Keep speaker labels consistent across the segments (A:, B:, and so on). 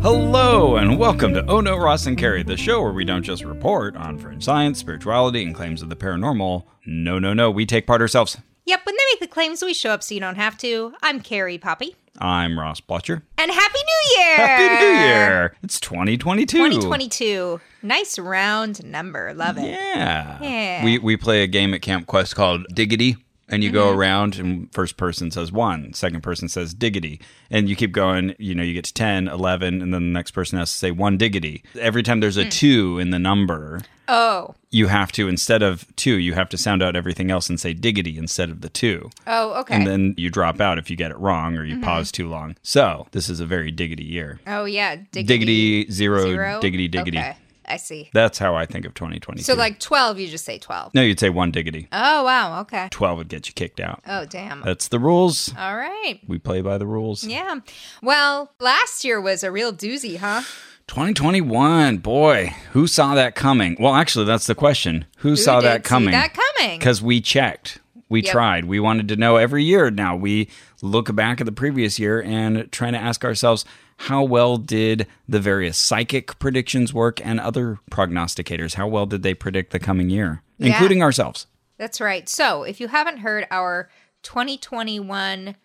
A: Hello, and welcome to Oh No Ross and Carrie, the show where we don't just report on fringe science, spirituality, and claims of the paranormal. No, no, no, we take part ourselves.
B: Yep, when they make the claims, we show up so you don't have to. I'm Carrie Poppy.
A: I'm Ross Blotcher.
B: And Happy New Year!
A: Happy New Year! It's 2022.
B: 2022. Nice round number. Love it.
A: Yeah.
B: Yeah.
A: We, we play a game at Camp Quest called Diggity, and you go around, and first person says one, second person says diggity. And you keep going, you know, you get to 10, 11, and then the next person has to say one diggity. Every time there's a two in the number,
B: Oh.
A: you have to, instead of two, you have to sound out everything else and say diggity instead of the two.
B: Oh, okay. Mm-hmm.
A: And then you drop out if you get it wrong or you pause too long. So this is a very diggity year.
B: oh, yeah. Diggity,
A: Diggity, zero, diggity diggity.
B: Okay. I see.
A: That's how I think of 2022.
B: So, like 12, you just say 12.
A: no, you'd say one diggity.
B: Oh, wow. Okay.
A: 12 would get you kicked out.
B: Oh, damn.
A: That's the rules.
B: All right.
A: We play by the rules.
B: Yeah. Well, last year was a real doozy, huh?
A: 2021, boy, who saw that coming? Well, actually, that's the question. Who,
B: Who
A: saw
B: did
A: that
B: see
A: coming?
B: that coming.
A: Because we checked. We
B: Yep.
A: tried. We wanted to know every year now. We look back at the previous year and trying to ask ourselves how well did the various psychic predictions work and other prognosticators? How well did they predict the coming year,
B: Yeah.
A: including ourselves?
B: That's right. So, if you haven't heard our 2021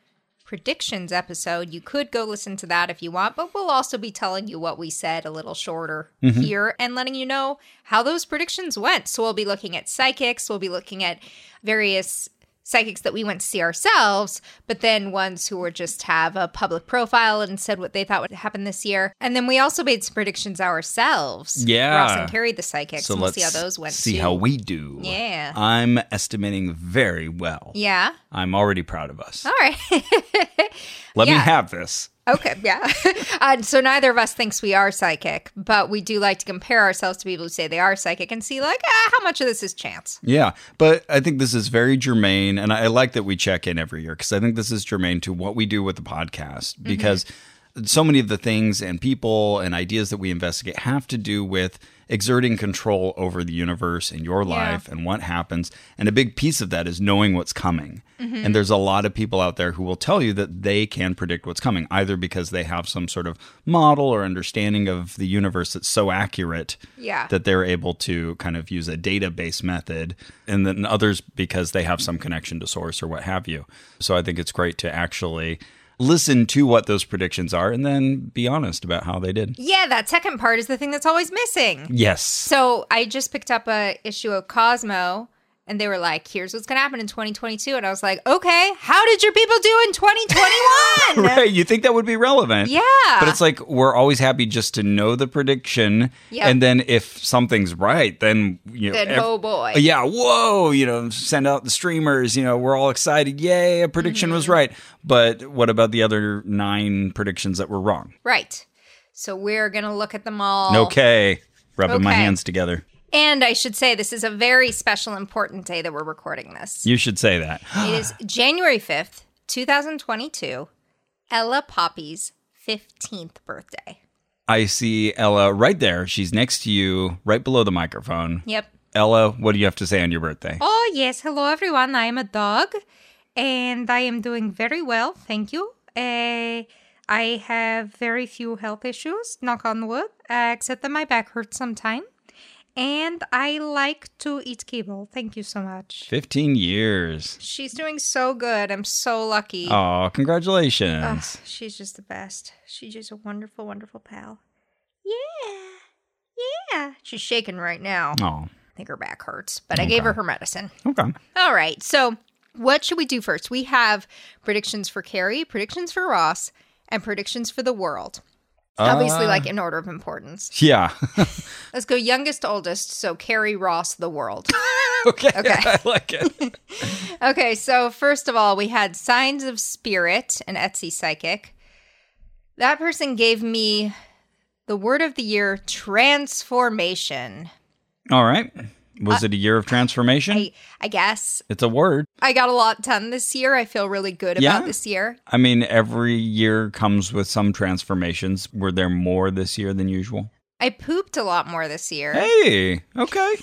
B: predictions episode, you could go listen to that if you want, but we'll also be telling you what we said a little shorter
A: Mm-hmm.
B: here and letting you know how those predictions went. So, we'll be looking at psychics, we'll be looking at various psychics that we went to see ourselves, but then ones who were just have a public profile and said what they thought would happen this year. And then we also made some predictions ourselves.
A: Yeah.
B: Ross and Carrie, the psychics.
A: So
B: and we'll
A: let's
B: see how those went.
A: See
B: too.
A: how we do.
B: Yeah.
A: I'm estimating very well.
B: Yeah.
A: I'm already proud of us.
B: All right.
A: Let me
B: yeah.
A: have this.
B: okay. Yeah. uh, so neither of us thinks we are psychic, but we do like to compare ourselves to people who say they are psychic and see, like, ah, how much of this is chance.
A: Yeah, but I think this is very germane, and I I like that we check in every year because I think this is germane to what we do with the podcast because so many of the things and people and ideas that we investigate have to do with exerting control over the universe and your life and what happens. And a big piece of that is knowing what's coming. And there's a lot of people out there who will tell you that they can predict what's coming, either because they have some sort of model or understanding of the universe that's so accurate
B: Yeah.
A: that they're able to kind of use a database method and then others because they have some connection to source or what have you. So I think it's great to actually listen to what those predictions are and then be honest about how they did.
B: Yeah, that second part is the thing that's always missing.
A: Yes.
B: So I just picked up a issue of Cosmo and they were like, here's what's going to happen in 2022. And I was like, okay, how did your people do in 2021?
A: Right, you think that would be relevant.
B: Yeah.
A: But it's like we're always happy just to know the prediction.
B: Yeah.
A: And then if something's right, then you know
B: Then, oh boy.
A: Uh, Yeah, whoa, you know, send out the streamers, you know, we're all excited. Yay, a prediction was
B: Mm-hmm.
A: right. But what about the other nine predictions that were wrong?
B: Right. So we're going to look at them all.
A: Okay. Rubbing my
B: Okay.
A: hands together.
B: And I should say, this is a very special, important day that we're recording this.
A: You should say that.
B: It is January 5th, 2022, Ella Poppy's 15th birthday.
A: I see Ella right there. She's next to you, right below the microphone.
B: Yep.
A: Ella, what do you have to say on your birthday?
B: Oh, yes. Hello, everyone. I am a dog and I am doing very well. Thank you. Uh, I have very few health issues, knock on wood, uh, except that my back hurts sometime. And I like to eat kibble. Thank you so much.
A: 15 years.
B: She's doing so good. I'm so lucky.
A: Oh, congratulations.
B: Ugh, Ah, she's just the best. She's just a wonderful, wonderful pal. Yeah. Yeah. She's shaking right now.
A: Oh,
B: I think her back hurts, but I gave her her medicine.
A: okay.
B: All right. So, what should we do first? We have predictions for Carrie, predictions for Ross, and predictions for the world. Obviously,
A: Uh,
B: like in order of importance.
A: Yeah.
B: Let's go youngest to oldest. So, Carrie, Ross, the world.
A: okay.
B: Okay.
A: I like it.
B: Okay, so first of all, we had Signs of Spirit, an Etsy psychic. That person gave me the word of the year transformation.
A: All right. Was it a year of transformation?
B: I, I guess
A: it's a word.
B: I got a lot done this year. I feel really good
A: Yeah?
B: about this year.
A: I mean, every year comes with some transformations. Were there more this year than usual?
B: I pooped a lot more this year.
A: Hey, okay.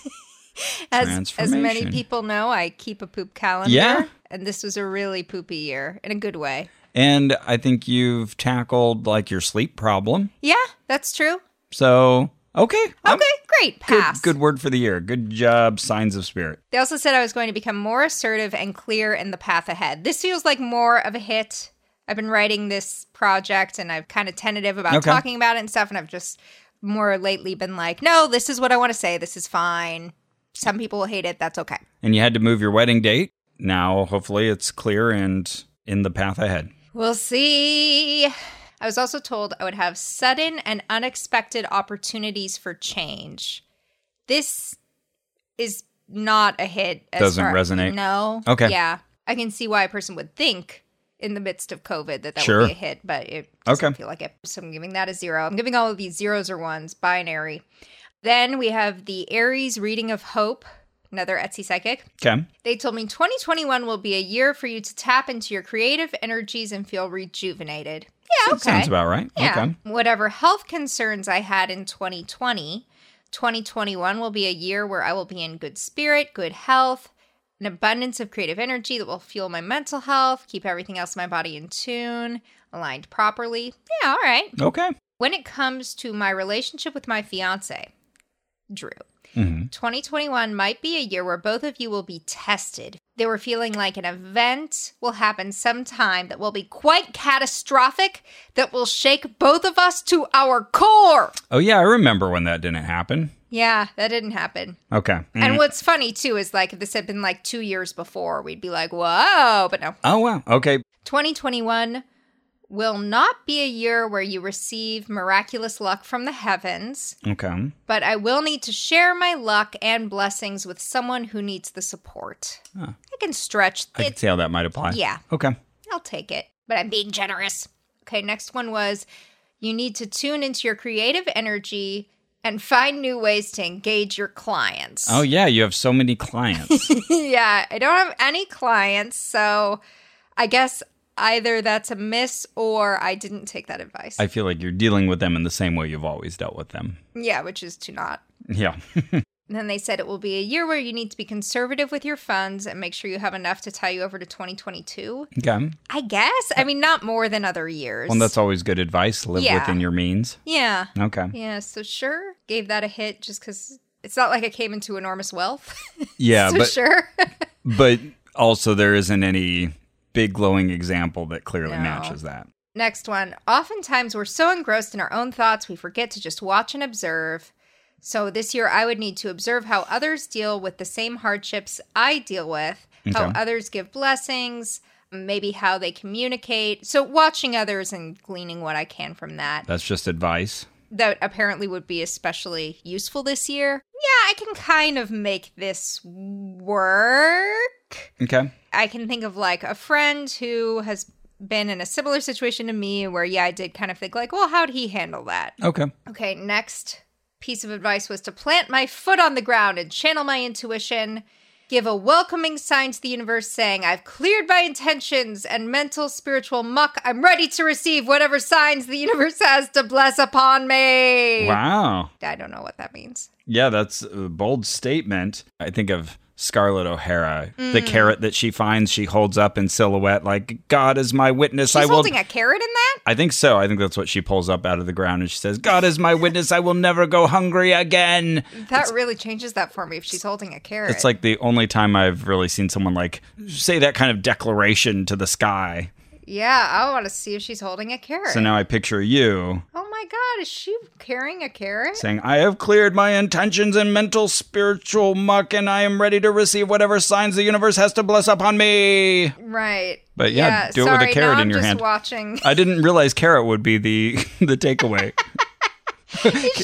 B: As as many
A: Transformation.
B: people know, I keep a poop calendar.
A: Yeah.
B: And this was a really poopy year in a good way.
A: And I think you've tackled like your sleep problem.
B: Yeah, that's true.
A: So, okay.
B: Okay, great.
A: Good,
B: Pass.
A: good word for the year. Good job, signs of spirit.
B: They also said I was going to become more assertive and clear in the path ahead. This feels like more of a hit. I've been writing this project and I'm kind of tentative about
A: Okay.
B: talking about it and stuff. And I've just more lately been like, no, this is what I want to say. This is fine. Some people will hate it. That's okay.
A: And you had to move your wedding date. Now, hopefully, it's clear and in the path ahead.
B: We'll see. I was also told I would have sudden and unexpected opportunities for change. This is not a hit. As
A: Doesn't
B: far-
A: resonate.
B: No.
A: Okay.
B: Yeah. I can see why a person would think in the midst of COVID that that
A: Sure.
B: would be a hit, but it doesn't
A: Okay.
B: feel like it. So I'm giving that a zero. I'm giving all of these zeros or ones, binary. Then we have the Aries reading of hope, another Etsy psychic.
A: Okay.
B: They told me 2021 will be a year for you to tap into your creative energies and feel rejuvenated. Yeah, okay.
A: Sounds about right.
B: yeah.
A: Okay.
B: Whatever health concerns I had in 2020, 2021 will be a year where I will be in good spirit, good health, an abundance of creative energy that will fuel my mental health, keep everything else in my body in tune, aligned properly. Yeah, all right.
A: Okay.
B: When it comes to my relationship with my fiance, Drew,
A: hmm
B: 2021 might be a year where both of you will be tested. They were feeling like an event will happen sometime that will be quite catastrophic, that will shake both of us to our core.
A: Oh, yeah. I remember when that didn't happen.
B: Yeah, that didn't happen.
A: Okay. Mm.
B: And what's funny too is like if this had been like two years before, we'd be like, whoa, but no.
A: oh, wow. Okay.
B: 2021 will not be a year where you receive miraculous luck from the heavens,
A: Okay.
B: but I will need to share my luck and blessings with someone who needs the support. I can stretch
A: I can
B: it.
A: see how that might apply.
B: Yeah,
A: Okay.
B: I'll take it, but I'm being generous. Okay, next one was you need to tune into your creative energy and find new ways to engage your clients.
A: Oh, yeah. You have so many clients.
B: yeah, I don't have any clients, so I guess either that's a miss or I didn't take that advice.
A: I feel like you're dealing with them in the same way you've always dealt with them.
B: yeah, which is to not.
A: Yeah.
B: And then they said it will be a year where you need to be conservative with your funds and make sure you have enough to tie you over to 2022.
A: okay.
B: I guess. I mean, not more than other years.
A: Well, that's always good advice. Live
B: Yeah.
A: within your means.
B: yeah.
A: Okay.
B: Yeah. So sure, gave that a hit just because it's not like I came into enormous wealth.
A: Yeah,
B: so
A: but
B: sure.
A: but also there isn't any big glowing example that clearly
B: No.
A: matches that.
B: Next one. Oftentimes we're so engrossed in our own thoughts we forget to just watch and observe. So this year I would need to observe how others deal with the same hardships I deal with, how
A: Okay.
B: others give blessings, maybe how they communicate. So watching others and gleaning what I can from that.
A: That's just advice.
B: That apparently would be especially useful this year. Yeah, I can kind of make this work.
A: Okay.
B: I can think of like a friend who has been in a similar situation to me where, yeah, I did kind of think, like, well, how'd he handle that?
A: Okay.
B: Okay, next piece of advice was to plant my foot on the ground and channel my intuition. Give a welcoming sign to the universe saying, I've cleared my intentions and mental, spiritual muck. I'm ready to receive whatever signs the universe has to bless upon me.
A: Wow.
B: I don't know what that means.
A: Yeah, that's a bold statement. I think of Scarlett O'Hara,
B: Mm.
A: the carrot that she finds, she holds up in silhouette, like God is my witness.
B: She's
A: I will.
B: holding a carrot in that?
A: I think so. I think that's what she pulls up out of the ground, and she says, "God is my witness. I will never go hungry again."
B: That really changes that for me if she's holding a carrot.
A: It's like the only time I've really seen someone like say that kind of declaration to the sky.
B: Yeah, I want to see if she's holding a carrot.
A: So now I picture you
B: oh my God, is she carrying a carrot?
A: saying, I have cleared my intentions and mental spiritual muck, and I am ready to receive whatever signs the universe has to bless upon me.
B: Right.
A: But yeah, do it with a
B: sorry,
A: carrot
B: now
A: in your
B: I'm
A: hand.
B: Just watching.
A: I didn't realize carrot would be the the takeaway.
B: is she carrying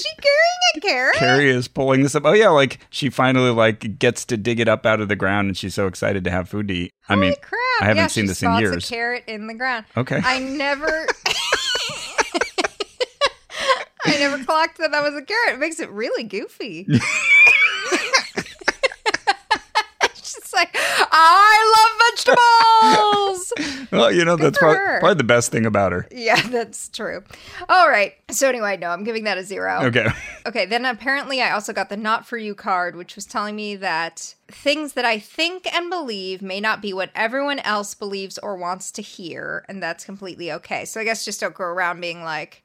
B: a carrot?
A: Carrie is pulling this up. Oh yeah, like she finally like gets to dig it up out of the ground, and she's so excited to have food to eat. I mean,
B: Holy crap!
A: I haven't
B: yeah,
A: seen
B: she
A: this in
B: spots
A: years.
B: A carrot in the ground.
A: Okay.
B: I never. I never clocked that that was a carrot. It makes it really goofy. She's like, I love vegetables.
A: Well, you know, that's
B: for
A: prob-
B: her.
A: probably the best thing about her.
B: Yeah, that's true. All right. So anyway, no, I'm giving that a zero.
A: Okay.
B: Okay, then apparently I also got the not for you card, which was telling me that things that I think and believe may not be what everyone else believes or wants to hear, and that's completely okay. So I guess just don't go around being like,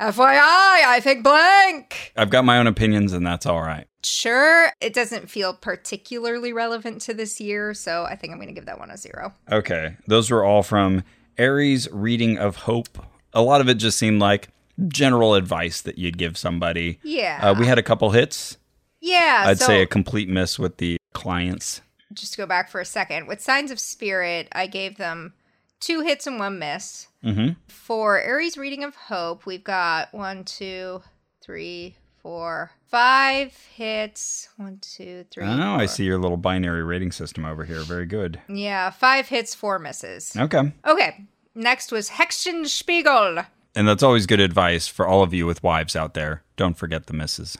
B: FYI, I think blank.
A: I've got my own opinions, and that's all right.
B: Sure, it doesn't feel particularly relevant to this year, so I think I'm going to give that one a zero.
A: Okay. Those were all from Aries' reading of Hope. A lot of it just seemed like general advice that you'd give somebody.
B: Yeah.
A: Uh, we had a couple hits.
B: Yeah,
A: I'd
B: so-
A: say a complete miss with the clients.
B: just go back for a second. With Signs of Spirit, I gave them two hits and one miss.
A: Mhm.
B: For Aries Reading of Hope, we've got one, two, three, four, five hits. One, two, three.
A: Oh, I
B: four.
A: see your little binary rating system over here. Very good.
B: Yeah, five hits, four misses.
A: Okay.
B: Okay, next was Hexen Spiegel.
A: And that's always good advice for all of you with wives out there. Don't forget the misses.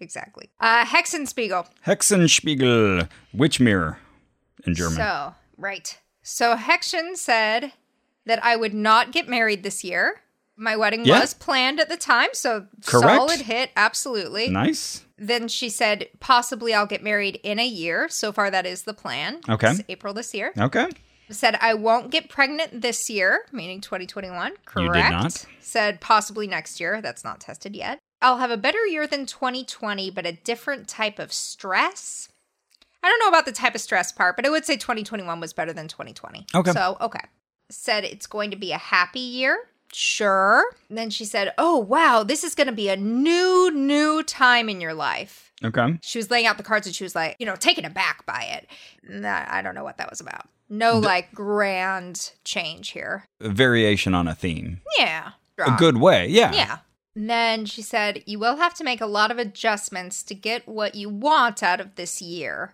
B: Exactly. Uh, Hexen Spiegel.
A: Hexenspiegel, witch mirror in German.
B: So, right. So Hexion said that I would not get married this year. My wedding
A: Yeah.
B: was planned at the time, so
A: Correct.
B: solid hit, absolutely.
A: nice.
B: Then she said possibly I'll get married in a year. So far that is the plan.
A: Okay.
B: It's April this year.
A: Okay.
B: Said I won't get pregnant this year, meaning 2021.
A: You did
B: Correct.
A: not.
B: Said possibly next year. That's not tested yet. I'll have a better year than 2020, but a different type of stress. I don't know about the type of stress part, but I would say 2021 was better than 2020.
A: Okay.
B: So, okay. Said it's going to be a happy year. Sure. Then she said, Oh, wow, this is going to be a new, new time in your life
A: Okay.
B: she was laying out the cards and she was like, you know, taken aback by it. And that- I don't know what that was about. No, like, grand change here.
A: A variation on a theme.
B: Yeah.
A: A good way. Yeah.
B: Yeah. And then she said, you will have to make a lot of adjustments to get what you want out of this year.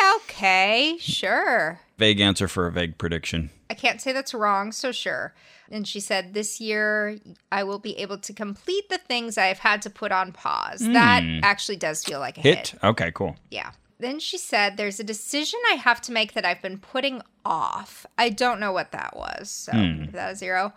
B: Yeah, okay, sure.
A: Vague answer for a vague prediction.
B: I can't say that's wrong, so sure. And she said, This year I will be able to complete the things I have had to put on pause. That actually does feel like a hit.
A: Hmm. Hit. Okay, cool.
B: Yeah. Then she said, There's a decision I have to make that I've been putting off. I don't know what that was. So
A: Hmm.
B: give that a zero.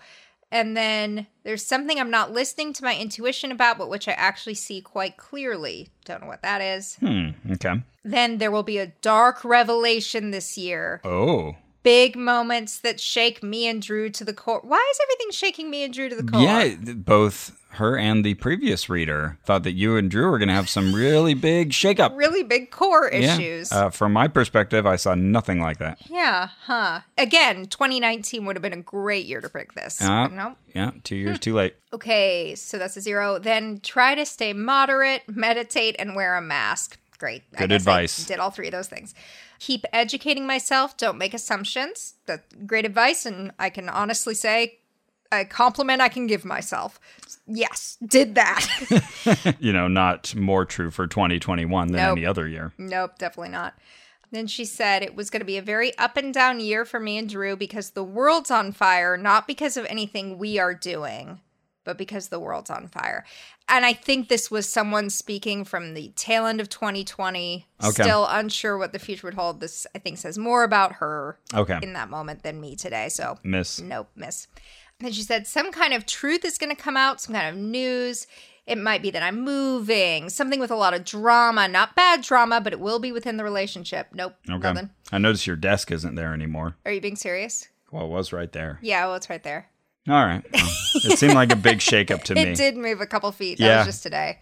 B: And then there's something I'm not listening to my intuition about, but which I actually see quite clearly. Don't know what that is.
A: Hmm. Okay.
B: Then there will be a dark revelation this year.
A: Oh.
B: Big moments that shake me and Drew to the core. Why is everything shaking me and Drew to the core?
A: Yeah, th- both her and the previous reader thought that you and Drew were going to have some really big shakeup.
B: Really big core
A: Yeah.
B: issues.
A: Uh, from my perspective, I saw nothing like that.
B: Yeah, huh. Again, 2019 would have been a great year to pick this.
A: Uh,
B: But nope.
A: Yeah, two
B: Hmm.
A: years too late.
B: Okay, so that's a zero. Then try to stay moderate, meditate, and wear a mask. Great. I
A: Good
B: guess I
A: advice.
B: did all three of those things. Keep educating myself. Don't make assumptions. That's great advice. And I can honestly say, a compliment I can give myself. Yes, did that.
A: you know, not more true for 2021 than
B: Nope.
A: any other year.
B: nope, definitely not. Then she said it was going to be a very up and down year for me and Drew because the world's on fire, not because of anything we are doing, but because the world's on fire. And I think this was someone speaking from the tail end of 2020,
A: Okay.
B: still unsure what the future would hold. This, I think, says more about her
A: Okay.
B: in that moment than me today. So
A: Miss.
B: Nope, miss. And she said, some kind of truth is going to come out, some kind of news. It might be that I'm moving, something with a lot of drama, not bad drama, but it will be within the relationship. Nope,
A: Okay.
B: nothing.
A: I notice your desk isn't there anymore.
B: Are you being serious?
A: Well, it was right there.
B: Yeah, well, it's right there.
A: All right. Well, it seemed like a big shakeup to me.
B: It did move a couple feet. That
A: Yeah.
B: was just today.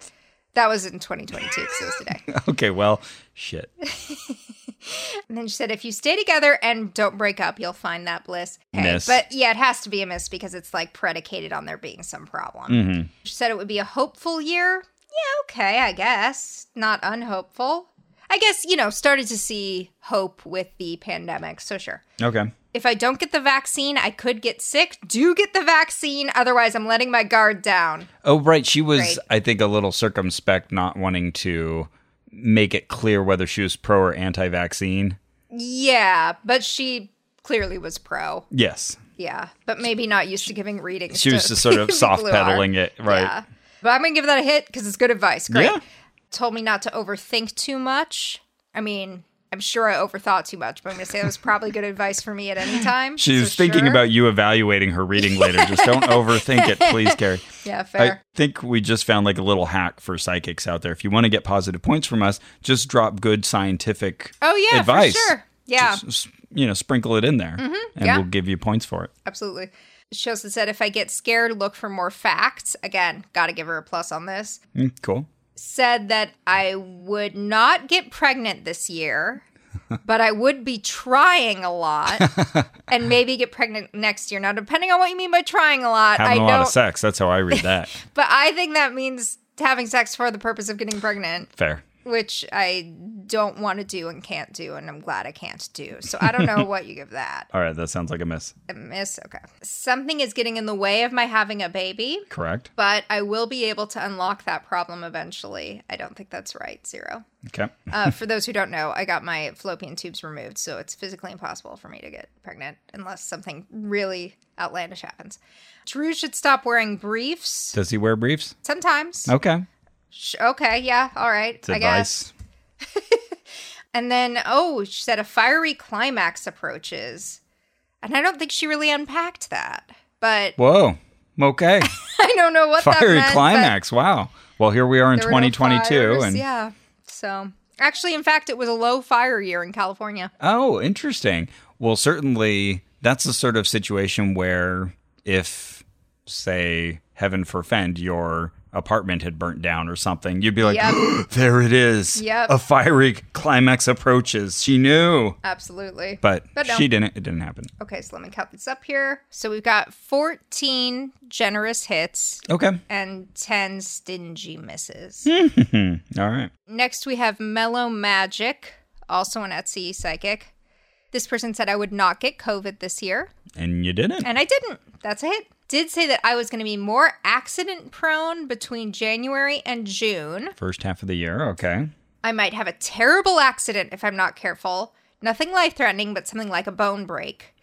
B: That was in 2022 because it was today.
A: Okay, well, shit.
B: And then she said, if you stay together and don't break up, you'll find that bliss.
A: Miss.
B: But yeah, it has to be a miss because it's like predicated on there being some problem.
A: Mm-hmm.
B: She said it would be a hopeful year. Yeah, okay, I guess. Not unhopeful. I guess, you know, started to see hope with the pandemic. So sure.
A: Okay.
B: If I don't get the vaccine, I could get sick. Do get the vaccine. Otherwise, I'm letting my guard down.
A: Oh, right. She was,
B: Right.
A: I think, a little circumspect, not wanting to make it clear whether she was pro or anti vaccine.
B: Yeah, but she clearly was pro.
A: Yes.
B: Yeah, but maybe not used to giving readings.
A: She was
B: to
A: just sort of
B: people
A: soft
B: who are.
A: pedaling it. Right.
B: Yeah. But I'm going to give that a hit because it's good advice. Great.
A: Yeah.
B: Told me not to overthink too much. I mean, I I'm sure I overthought too much, but I'm going to say that was probably good advice for me at any time.
A: She's
B: So
A: thinking
B: sure.
A: about you evaluating her reading later. Just don't overthink it, please, Carrie.
B: Yeah,
A: I
B: fair.
A: think we just found like a little hack for psychics out there. If you want to get positive points from us, just drop good scientific
B: oh, yeah,
A: advice.
B: for sure. Yeah, Mm-hmm.
A: Just, s- you know, sprinkle it in there and
B: yeah.
A: we'll give you points for it.
B: absolutely. She also said, if I get scared, look for more facts. Again, got to give her a plus on this.
A: Mm, cool.
B: Said that I would not get pregnant this year, but I would be trying a lot and maybe get pregnant next year. Now, depending on what you mean by trying a lot,
A: Having
B: I
A: a
B: don't.
A: lot of sex. That's how I read that.
B: But I think that means having sex for the purpose of getting pregnant,
A: Fair.
B: which I don't want to do and can't do, and I'm glad I can't do. So I don't know what you give that.
A: All right. That sounds like a miss.
B: A miss. Okay. Something is getting in the way of my having a baby,
A: Correct.
B: but I will be able to unlock that problem eventually. I don't think that's right. Zero.
A: Okay.
B: Uh, for those who don't know, I got my fallopian tubes removed, so it's physically impossible for me to get pregnant unless something really outlandish happens. Drew should stop wearing briefs
A: Does he wear briefs?
B: sometimes.
A: Okay.
B: Sh- Okay, yeah, all right.
A: It's
B: I guess.
A: advice.
B: And then, oh, she said a fiery climax approaches. And I don't think she really unpacked that, but
A: Whoa. Okay.
B: I don't know what that
A: Fiery
B: meant. but
A: climax. Wow. Well, here we are in
B: there were no
A: 2022.
B: fires,
A: and
B: yeah, so actually, in fact, it was a low fire year in California.
A: Oh, interesting. Well, certainly that's the sort of situation where if, say, heaven forfend, your apartment had burnt down or something, you'd be like,
B: Yep.
A: there it is.
B: Yep.
A: A fiery climax approaches. She knew.
B: Absolutely.
A: But,
B: But no.
A: she didn't. It didn't happen.
B: okay, so let me count this up here. So we've got 14 generous hits
A: Okay.
B: and 10 stingy misses.
A: Hmm. All right.
B: Next, we have Mellow Magic, also an Etsy psychic. This person said I would not get COVID this year,
A: And you didn't.
B: and I didn't. That's a hit. Did say that I was going to be more accident prone between January and June.
A: First half of the year. Okay.
B: I might have a terrible accident if I'm not careful. Nothing life threatening, but something like a bone break.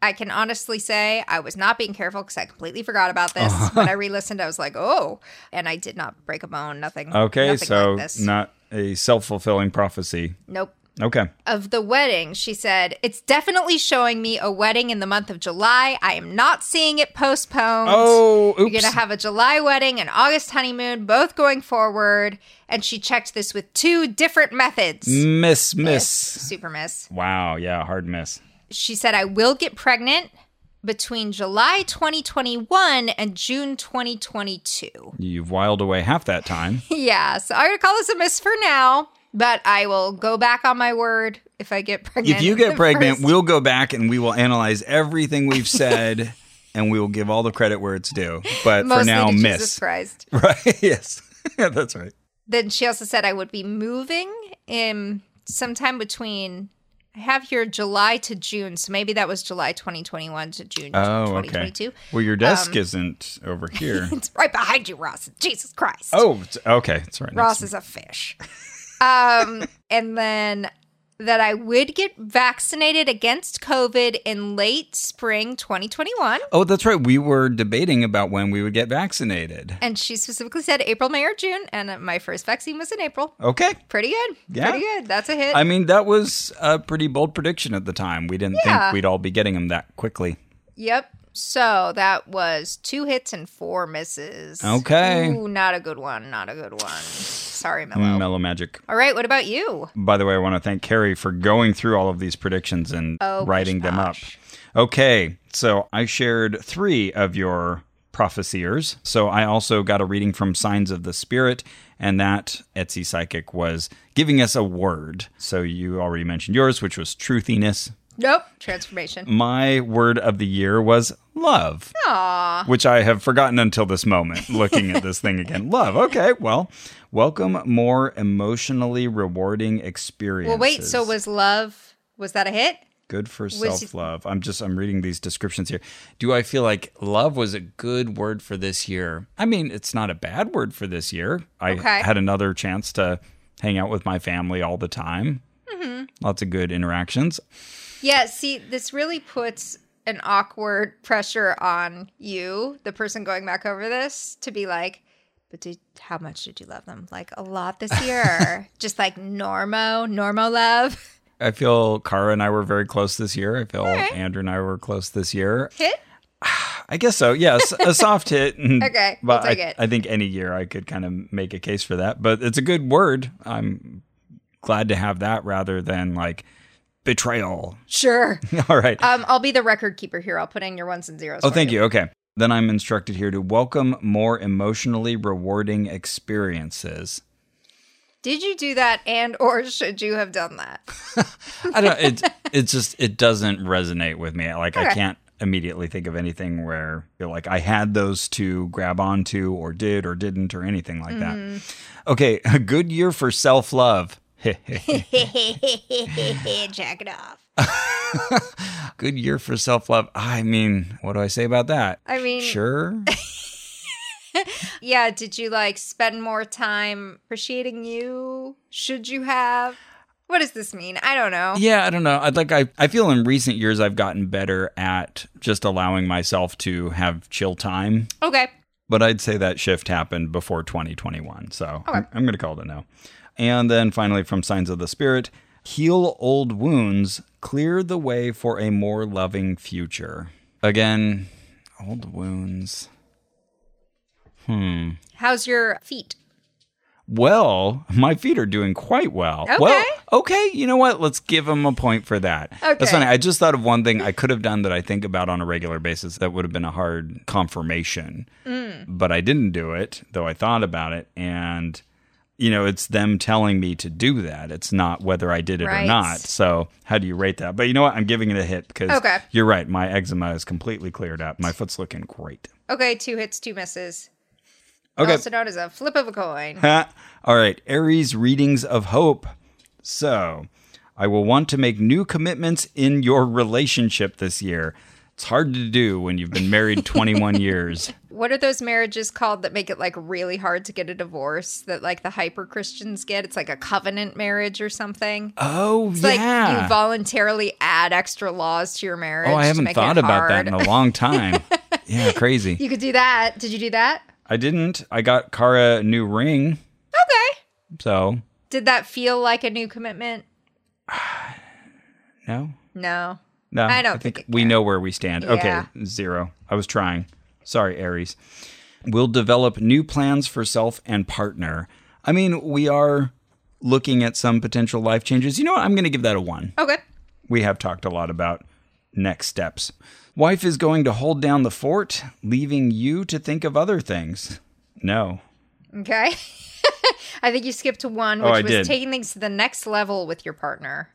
B: I can honestly say I was not being careful because I completely forgot about this.
A: Uh-huh.
B: When I re listened, I was like, oh, and I did not break a bone. Nothing.
A: Okay.
B: nothing
A: so
B: like this.
A: not a self fulfilling prophecy.
B: nope.
A: Okay.
B: of the wedding, she said, It's definitely showing me a wedding in the month of July. I am not seeing it postponed.
A: Oh,
B: You're
A: oops.
B: going to have a July wedding and August honeymoon, both going forward. And she checked this with two different methods.
A: miss, miss.
B: Super miss.
A: Wow. Yeah. Hard miss.
B: She said, I will get pregnant between July 2021 and June 2022.
A: You've wiled away half that time.
B: yeah, so I'm going to call this a miss for now, but I will go back on my word if I get pregnant.
A: If you
B: the
A: get pregnant,
B: first-
A: we'll go back and we will analyze everything we've said and we will give all the credit where it's due. But for
B: Mostly
A: now,
B: to
A: miss.
B: Jesus Christ.
A: Right? Yes. yeah, that's right.
B: Then she also said I would be moving in sometime between I have here July to June, so maybe that was July 2021 to June 2022.
A: Oh, Well, your
B: Um,
A: desk isn't over here.
B: It's right behind you, Ross. Jesus Christ.
A: oh, it's- okay. It's right
B: Ross
A: next
B: is a fish. um, and then that I would get vaccinated against COVID in late spring 2021.
A: Oh, that's right. We were debating about when we would get vaccinated.
B: And she specifically said April, May, or June. And uh, my first vaccine was in April.
A: Okay.
B: Pretty good.
A: Yeah.
B: Pretty good. That's a hit.
A: I mean, that was a pretty bold prediction at the time. We didn't
B: Yeah.
A: think we'd all be getting them that quickly.
B: Yep. So that was two hits and four misses.
A: Okay. Hmm.
B: Ooh, not a good one. Not a good one. Sorry, Mellow.
A: Mellow magic.
B: All right. What about you?
A: By the way, I want to thank Carrie for going through all of these predictions and
B: Oh,
A: writing them up.
B: bish-bosh.
A: Okay, so I shared three of your prophecyers. So I also got a reading from Signs of the Spirit, and that Etsy psychic was giving us a word. So you already mentioned yours, which was truthiness.
B: Nope.
A: Hmm.
B: Transformation.
A: My word of the year was love,
B: Aw.
A: which I have forgotten until this moment looking at this thing again. Love. Okay, well, welcome more emotionally rewarding experiences.
B: Well, wait. So was love? Was that a hit?
A: Good for self love. I'm just I'm reading these descriptions here. Do I feel like love was a good word for this year? I mean, it's not a bad word for this year. I
B: Okay.
A: had another chance to hang out with my family all the time. Lots of good interactions.
B: Yeah. See, this really puts an awkward pressure on you, the person going back over this, to be like, but did, how much did you love them? Like a lot this year. Just like Normo, Normo love.
A: I feel Kara and I were very close this year. I feel
B: right.
A: Andrew and I were close this year.
B: Hit?
A: I guess so. Yes, a soft hit. and-
B: Okay, we'll
A: but
B: take
A: I,
B: it.
A: I think any year I could kind of make a case for that. But it's a good word. I'm glad to have that rather than like betrayal.
B: Sure.
A: All right.
B: Um, I'll be the record keeper here. I'll put in your ones and zeros.
A: oh,
B: for
A: thank you. Okay. Then I'm instructed here to welcome more emotionally rewarding experiences.
B: Did you do that, and or should you have done that?
A: I don't. It's it's just it doesn't resonate with me. Like I
B: Okay.
A: can't immediately think of anything where you're like I had those to grab onto or did or didn't or anything like
B: Mm-hmm.
A: that. Okay, a good year for self love.
B: Check it off.
A: good year for self love. I mean, what do I say about that?
B: I mean-
A: sure.
B: Yeah. Did you like spend more time appreciating you? Should you have? What does this mean? I don't know.
A: Yeah, I don't know. I'd like I I feel in recent years I've gotten better at just allowing myself to have chill time.
B: Okay.
A: But I'd say that shift happened before 2021. So I'm,
B: Okay.
A: I'm going to call it a no. And then finally, from Signs of the Spirit, heal old wounds, clear the way for a more loving future. Again, old wounds.
B: How's your feet?
A: Well, my feet are doing quite well.
B: Okay.
A: Well, okay, you know what? Let's give them a point for that.
B: Okay.
A: That's funny. I just thought of one thing I could have done that I think about on a regular basis that would have been a hard confirmation.
B: Mm.
A: But I didn't do it, though I thought about it. And, you know, it's them telling me to do that. It's not whether I did it or
B: Right.
A: not. So, how do you rate that? But you know what? I'm giving it a hit because
B: Okay.
A: you're right. My eczema is completely cleared up. My foot's looking great.
B: Okay. Two hits, two misses.
A: Okay.
B: Also known as a flip of a coin.
A: Ha. All right, Aries readings of hope. So, I will want to make new commitments in your relationship this year. It's hard to do when you've been married 21 years.
B: What are those marriages called that make it like really hard to get a divorce that like the hyper Christians get? It's like a covenant marriage or something.
A: Oh,
B: It's like
A: yeah.
B: you voluntarily add extra laws to your marriage.
A: oh, I
B: to
A: haven't
B: make
A: thought
B: it
A: about that
B: hard.
A: in a long time. yeah, crazy.
B: You could do that. Did you do that?
A: I didn't. I got Kara a new ring,
B: Okay.
A: so
B: Did that feel like a new commitment?
A: no.
B: No.
A: No,
B: I don't think it
A: we
B: can.
A: know where we stand.
B: Yeah.
A: Okay, zero. I was trying. Sorry, Aries. We'll develop new plans for self and partner. I mean, we are looking at some potential life changes. You know what? I'm going to give that a one.
B: Okay.
A: We have talked a lot about next steps. Wife is going to hold down the fort, leaving you to think of other things. No.
B: Okay. I think you skipped one,
A: Oh,
B: which
A: I
B: was
A: did. Uh,
B: taking things to the next level with your partner.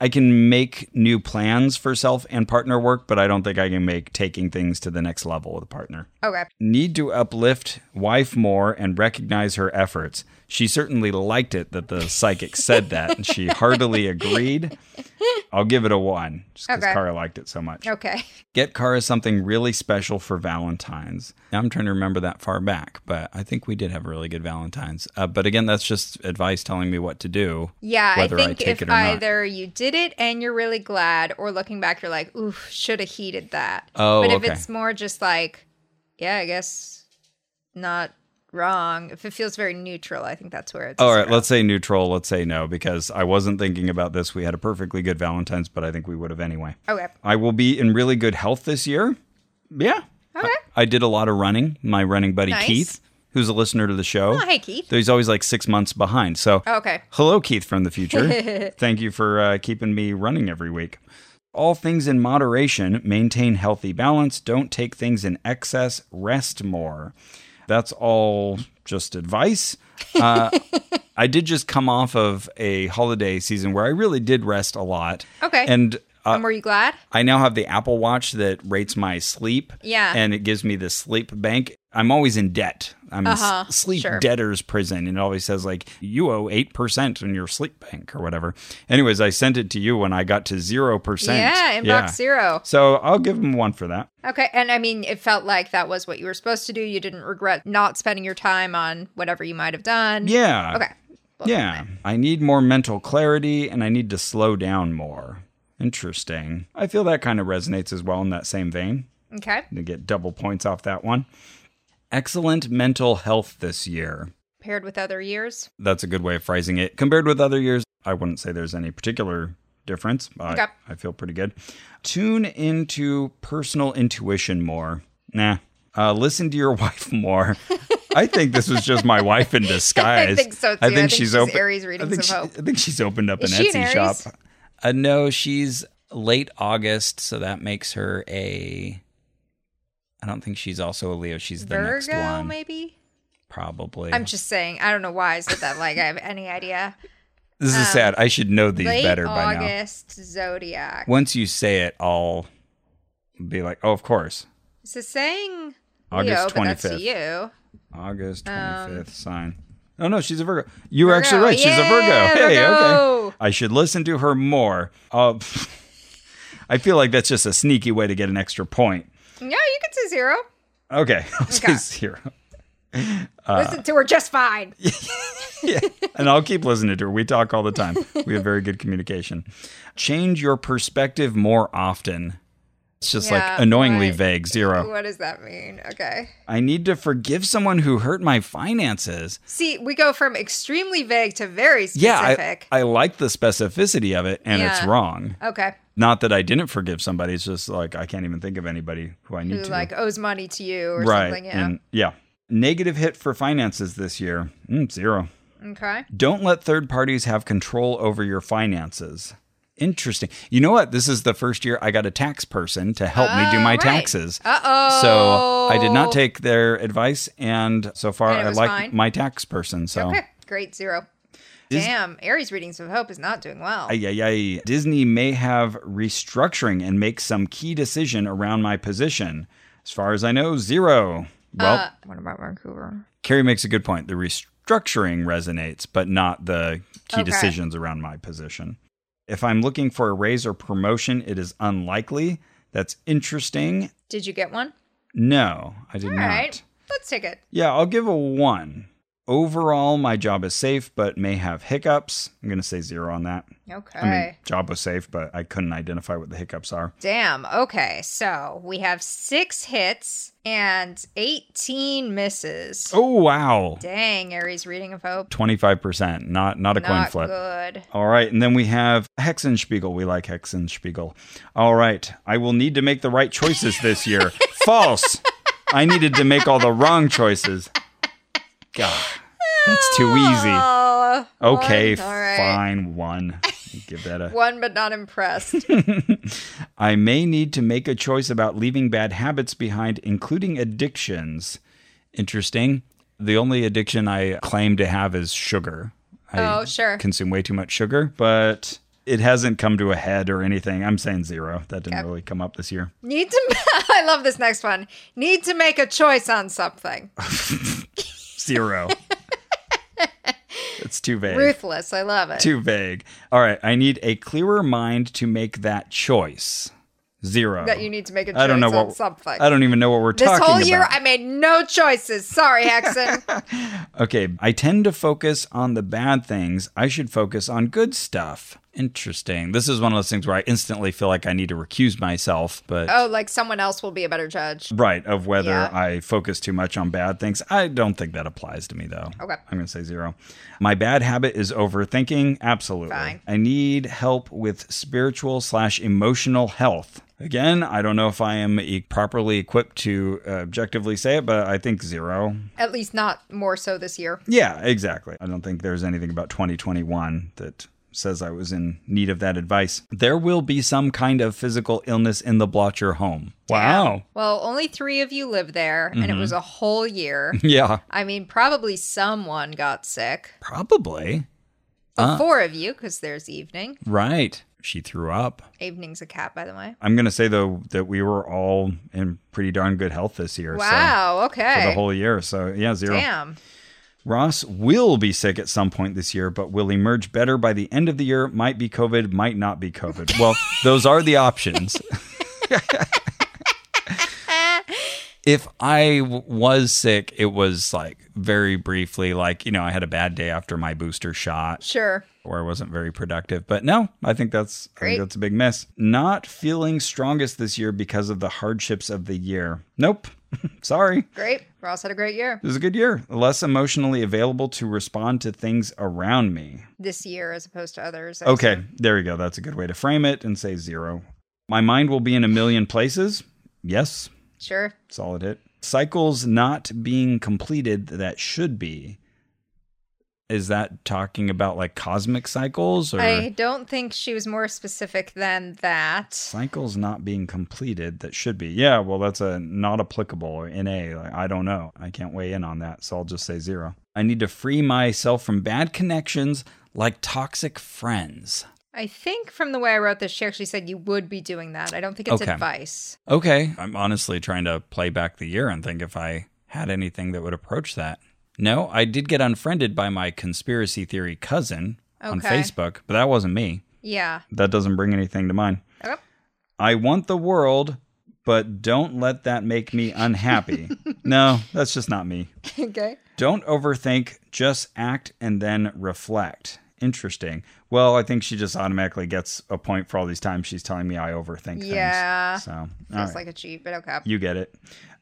A: I can make new plans for self and partner work, but I don't think I can make taking things to the next level with a partner.
B: okay.
A: need to uplift wife more and recognize her efforts. She certainly liked it that the psychic said that, and she heartily agreed. I'll give it a one, just because
B: Okay.
A: Kara liked it so much.
B: Okay.
A: Get Kara something really special for Valentine's. Now, I'm trying to remember that far back, but I think we did have a really good Valentine's. Uh, but again, that's just advice telling me what to do.
B: Yeah,
A: whether
B: I think
A: take
B: if
A: it or not.
B: either you did it and you're really glad, or looking back, you're like, oof, should have heeded that.
A: Oh,
B: but if
A: okay.
B: it's more just like, yeah, I guess not wrong, if it feels very neutral, I think that's where it's. a
A: All right,
B: zero.
A: let's say neutral. Let's say no, because I wasn't thinking about this. We had a perfectly good Valentine's, but I think we would have anyway.
B: Okay.
A: I will be in really good health this year. Yeah.
B: Okay.
A: I did a lot of running. My running buddy
B: Nice.
A: Keith, who's a listener to the show.
B: Oh, hey, Oh. Keith.
A: Though he's always like six months behind. So,
B: Okay.
A: hello, Keith from the future. Thank you for uh, keeping me running every week. All things in moderation, maintain healthy balance, don't take things in excess, rest more. That's all just advice. Uh, I did just come off of a holiday season where I really did rest a lot.
B: Okay.
A: And uh,
B: and were you glad?
A: I now have the Apple Watch that rates my sleep.
B: Yeah.
A: And it gives me the sleep bank. I'm always in debt. I'm in s-
B: Uh-huh,
A: sleep
B: sure.
A: debtor's prison. And it always says, like, you owe 8% in your sleep bank or whatever. Anyways, I sent it to you when I got to 0%.
B: Yeah, inbox zero.
A: So I'll give him one for that.
B: Okay, and I mean, it felt like that was what you were supposed to do. You didn't regret not spending your time on whatever you might have done.
A: Yeah.
B: Okay. Well,
A: Yeah. I need more mental clarity and I need to slow down more. Interesting. I feel that kind of resonates as well in that same vein.
B: Okay.
A: to get double points off that one. Excellent mental health this year.
B: Paired with other years.
A: That's a good way of phrasing it. Compared with other years, I wouldn't say there's any particular difference. I,
B: Okay.
A: I feel pretty good. Tune into personal intuition more. Nah. Uh, listen to your wife more. I think this was just my wife in disguise.
B: think so, too. I think she's
A: open-
B: Aries Readings
A: I think
B: of
A: she-
B: Hope.
A: I think she's opened up
B: Is
A: an
B: she an
A: Etsy
B: Aries?
A: shop. Uh, no, she's late August, so that makes her a. I don't think she's also a Leo. She's the next
B: Virgo,
A: one,
B: maybe?
A: probably.
B: I'm just saying. I don't know why I said that. Like, I have any idea.
A: this is sad. I should know these
B: Late
A: better by now.
B: August zodiac.
A: once you say it, I'll be like, oh, of course.
B: So saying
A: August
B: Leo, but that's to
A: 25th.
B: you.
A: August
B: Um,
A: 25th sign. Oh, no, she's a Virgo. You were actually right. She's a
B: Yeah,
A: Virgo. Hey,
B: Virgo.
A: okay. I should listen to her more. Uh, pff, I feel like that's just a sneaky way to get an extra point.
B: No, you can say zero.
A: Okay. I'll say
B: Okay.
A: zero.
B: Listen to her just fine.
A: Uh, yeah. And I'll keep listening to her. We talk all the time. We have very good communication. Change your perspective more often. It's just like
B: Yeah,
A: annoyingly
B: right.
A: vague. Zero.
B: What does that mean? Okay.
A: I need to forgive someone who hurt my finances.
B: See, we go from extremely vague to very
A: Yeah,
B: specific.
A: I, I like the specificity of it, and it's
B: Yeah.
A: wrong.
B: okay.
A: Not that I didn't forgive somebody; it's just like I can't even think of anybody who I need
B: Who
A: to.
B: like owes money to you or
A: right,
B: something? Yeah.
A: and yeah, negative hit for finances this year Mm, zero.
B: okay.
A: Don't let third parties have control over your finances. Interesting. You know what? This is the first year I got a tax person to help me do
B: Oh,
A: my
B: right.
A: taxes.
B: Uh-oh.
A: So I did not take their advice, and so far
B: And it
A: I
B: was
A: like
B: fine?
A: my tax person. So.
B: Okay. Great zero.
A: Is-
B: Damn, Aries readings of hope is not doing well.
A: Ay, ay, ay. Disney may have restructuring and make some key decision around my position. As far as I know, zero. Well,
B: uh, what about Vancouver?
A: Carrie makes a good point. The restructuring resonates, but not the key
B: Okay.
A: decisions around my position. If I'm looking for a raise or promotion, it is unlikely. That's interesting.
B: Did you get one?
A: No, I did
B: All
A: not.
B: right. Let's take it.
A: Yeah, I'll give a one. Overall, my job is safe, but may have hiccups. I'm going to say zero on that.
B: Okay.
A: I mean, job was safe, but I couldn't identify what the hiccups are.
B: Damn. Okay. So we have six hits and 18 misses.
A: Oh wow,
B: Dang, Aries reading of hope.
A: twenty five percent. Not not a coin
B: Not
A: flip.
B: good.
A: All right, and then we have Hexenspiegel. We like Hexenspiegel. All right, I will need to make the right choices this year. False. I needed to make all the wrong choices. God, that's too easy.
B: Oh,
A: Okay,
B: one. All right.
A: fine. One. Give that a.
B: One, but not impressed.
A: I may need to make a choice about leaving bad habits behind, including addictions. Interesting. The only addiction I claim to have is sugar. I
B: Oh, sure.
A: Consume way too much sugar, but it hasn't come to a head or anything. I'm saying zero. That didn't really come up this year.
B: Need to. I love this next one. Need to make a choice on something.
A: Zero. it's too vague.
B: Ruthless. I love it.
A: Too vague. All right. I need a clearer mind to make that choice. Zero.
B: That you need to make a choice
A: I don't know
B: on
A: what
B: something.
A: I don't even know what we're
B: this
A: talking
B: whole year,
A: about.
B: I made no choices. Sorry, Hexen.
A: Okay, I tend to focus on the bad things. I should focus on good stuff. Interesting. This is one of those things where I instantly feel like I need to recuse myself, but
B: oh, like someone else will be a better judge.
A: right, of whether
B: Yeah.
A: I focus too much on bad things. I don't think that applies to me though.
B: Okay.
A: I'm going to say zero. My bad habit is overthinking. Absolutely.
B: Fine.
A: I need help with spiritual slash emotional health. Again, I don't know if I am e- properly equipped to uh, objectively say it, but I think zero.
B: At least not more so this year.
A: Yeah, exactly. I don't think there's anything about 2021 that says I was in need of that advice. There will be some kind of physical illness in the Blotcher home. Wow. Mm-hmm.
B: Well, only three of you live there, and it was a whole year.
A: Yeah,
B: I mean, probably someone got sick.
A: probably.
B: The
A: Ah.
B: four of you, because there's evening.
A: Right. She threw up.
B: Evening's a cat, by the way.
A: I'm going to say, though, that we were all in pretty darn good health this year. So.
B: Wow. Okay.
A: For the whole year. So, yeah, zero.
B: Damn.
A: Ross will be sick at some point this year, but will emerge better by the end of the year. Might be COVID, might not be COVID. Well, those are the options. if I w- was sick, it was like very briefly, like, you know, I had a bad day after my booster shot
B: Sure.
A: or I wasn't very productive. But no, I think that's I
B: Great.
A: think that's a big miss. Not feeling strongest this year because of the hardships of the year. Nope. Sorry.
B: Great. Ross had a great year.
A: It was a good year. Less emotionally available to respond to things around me.
B: This year as opposed to others. I
A: Okay, there we go. That's a good way to frame it and say zero. My mind will be in a million places. Yes,
B: Sure.
A: solid hit. Cycles not being completed that should be. Is that talking about like cosmic cycles or
B: I don't think she was more specific than that.
A: cycles not being completed that should be? Yeah, well, that's a not applicable or NA. Like, I don't know. I can't weigh in on that. So I'll just say zero. I need to free myself from bad connections like toxic friends.
B: I think from the way I wrote this, she actually said you would be doing that. I don't think it's
A: Okay.
B: advice.
A: Okay. I'm honestly trying to play back the year and think if I had anything that would approach that. No, I did get unfriended by my conspiracy theory cousin on
B: Okay.
A: Facebook, but that wasn't me.
B: Yeah.
A: That doesn't bring anything to mind.
B: Okay.
A: I want the world, but don't let that make me unhappy. no, that's just not me.
B: okay.
A: Don't overthink, just act and then reflect. Interesting. Well, I think she just automatically gets a point for all these times she's telling me I overthink
B: Yeah.
A: things. So, all
B: Feels
A: right.
B: like a cheat, but okay.
A: You get it.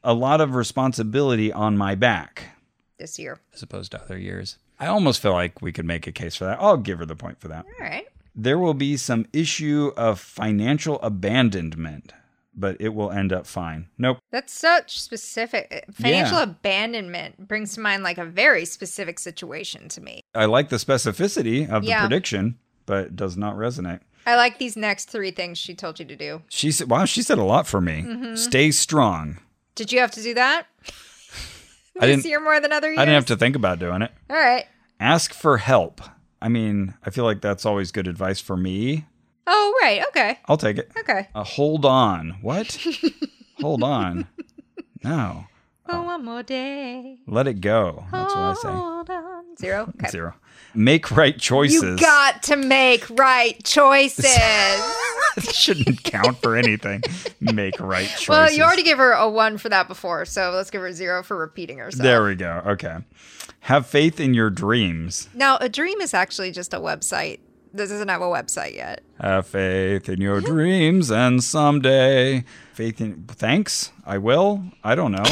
A: A lot of responsibility on my back
B: This year.
A: as opposed to other years. I almost feel like we could make a case for that. I'll give her the point for that.
B: All right.
A: There will be some issue of financial abandonment, but it will end up fine. Nope.
B: That's such specific. eh, Financial abandonment brings to mind like a very specific situation to me.
A: I like the specificity of the
B: Yeah.
A: prediction, but it does not resonate.
B: I like these next three things she told you to do.
A: She said, "Wow, she said a lot for me.
B: Mm-hmm.
A: Stay strong."
B: Did you have to do that this
A: I didn't.
B: year more than other years?
A: I didn't have to think about doing it.
B: All right.
A: Ask for help. I mean, I feel like that's always good advice for me.
B: Oh, right. Okay.
A: I'll take it.
B: Okay.
A: A hold on. What? hold on. No.
B: Oh, one more day.
A: Let it go. That's what I say.
B: Hold on. Zero. Oh, Okay.
A: Zero. Make right choices.
B: You got to make right choices.
A: That shouldn't count for anything. Make right choices.
B: well, you already gave her a one for that before, so let's give her zero for repeating herself.
A: There we go. Okay. Have faith in your dreams.
B: Now, a dream is actually just a website. This doesn't have a website yet.
A: Have faith in your dreams and someday. Faith in thanks. I will. I don't know.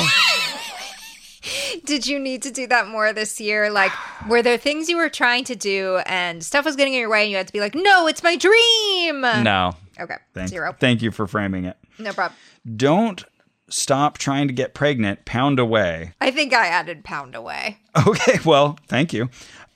B: Did you need to do that more this year? Like, were there things you were trying to do and stuff was getting in your way and you had to be like, no, it's my dream?
A: no.
B: Okay,
A: Thank,
B: zero.
A: Thank you for framing it.
B: No problem.
A: Don't stop trying to get pregnant. Pound away.
B: I think I added pound away.
A: Okay, well, thank you.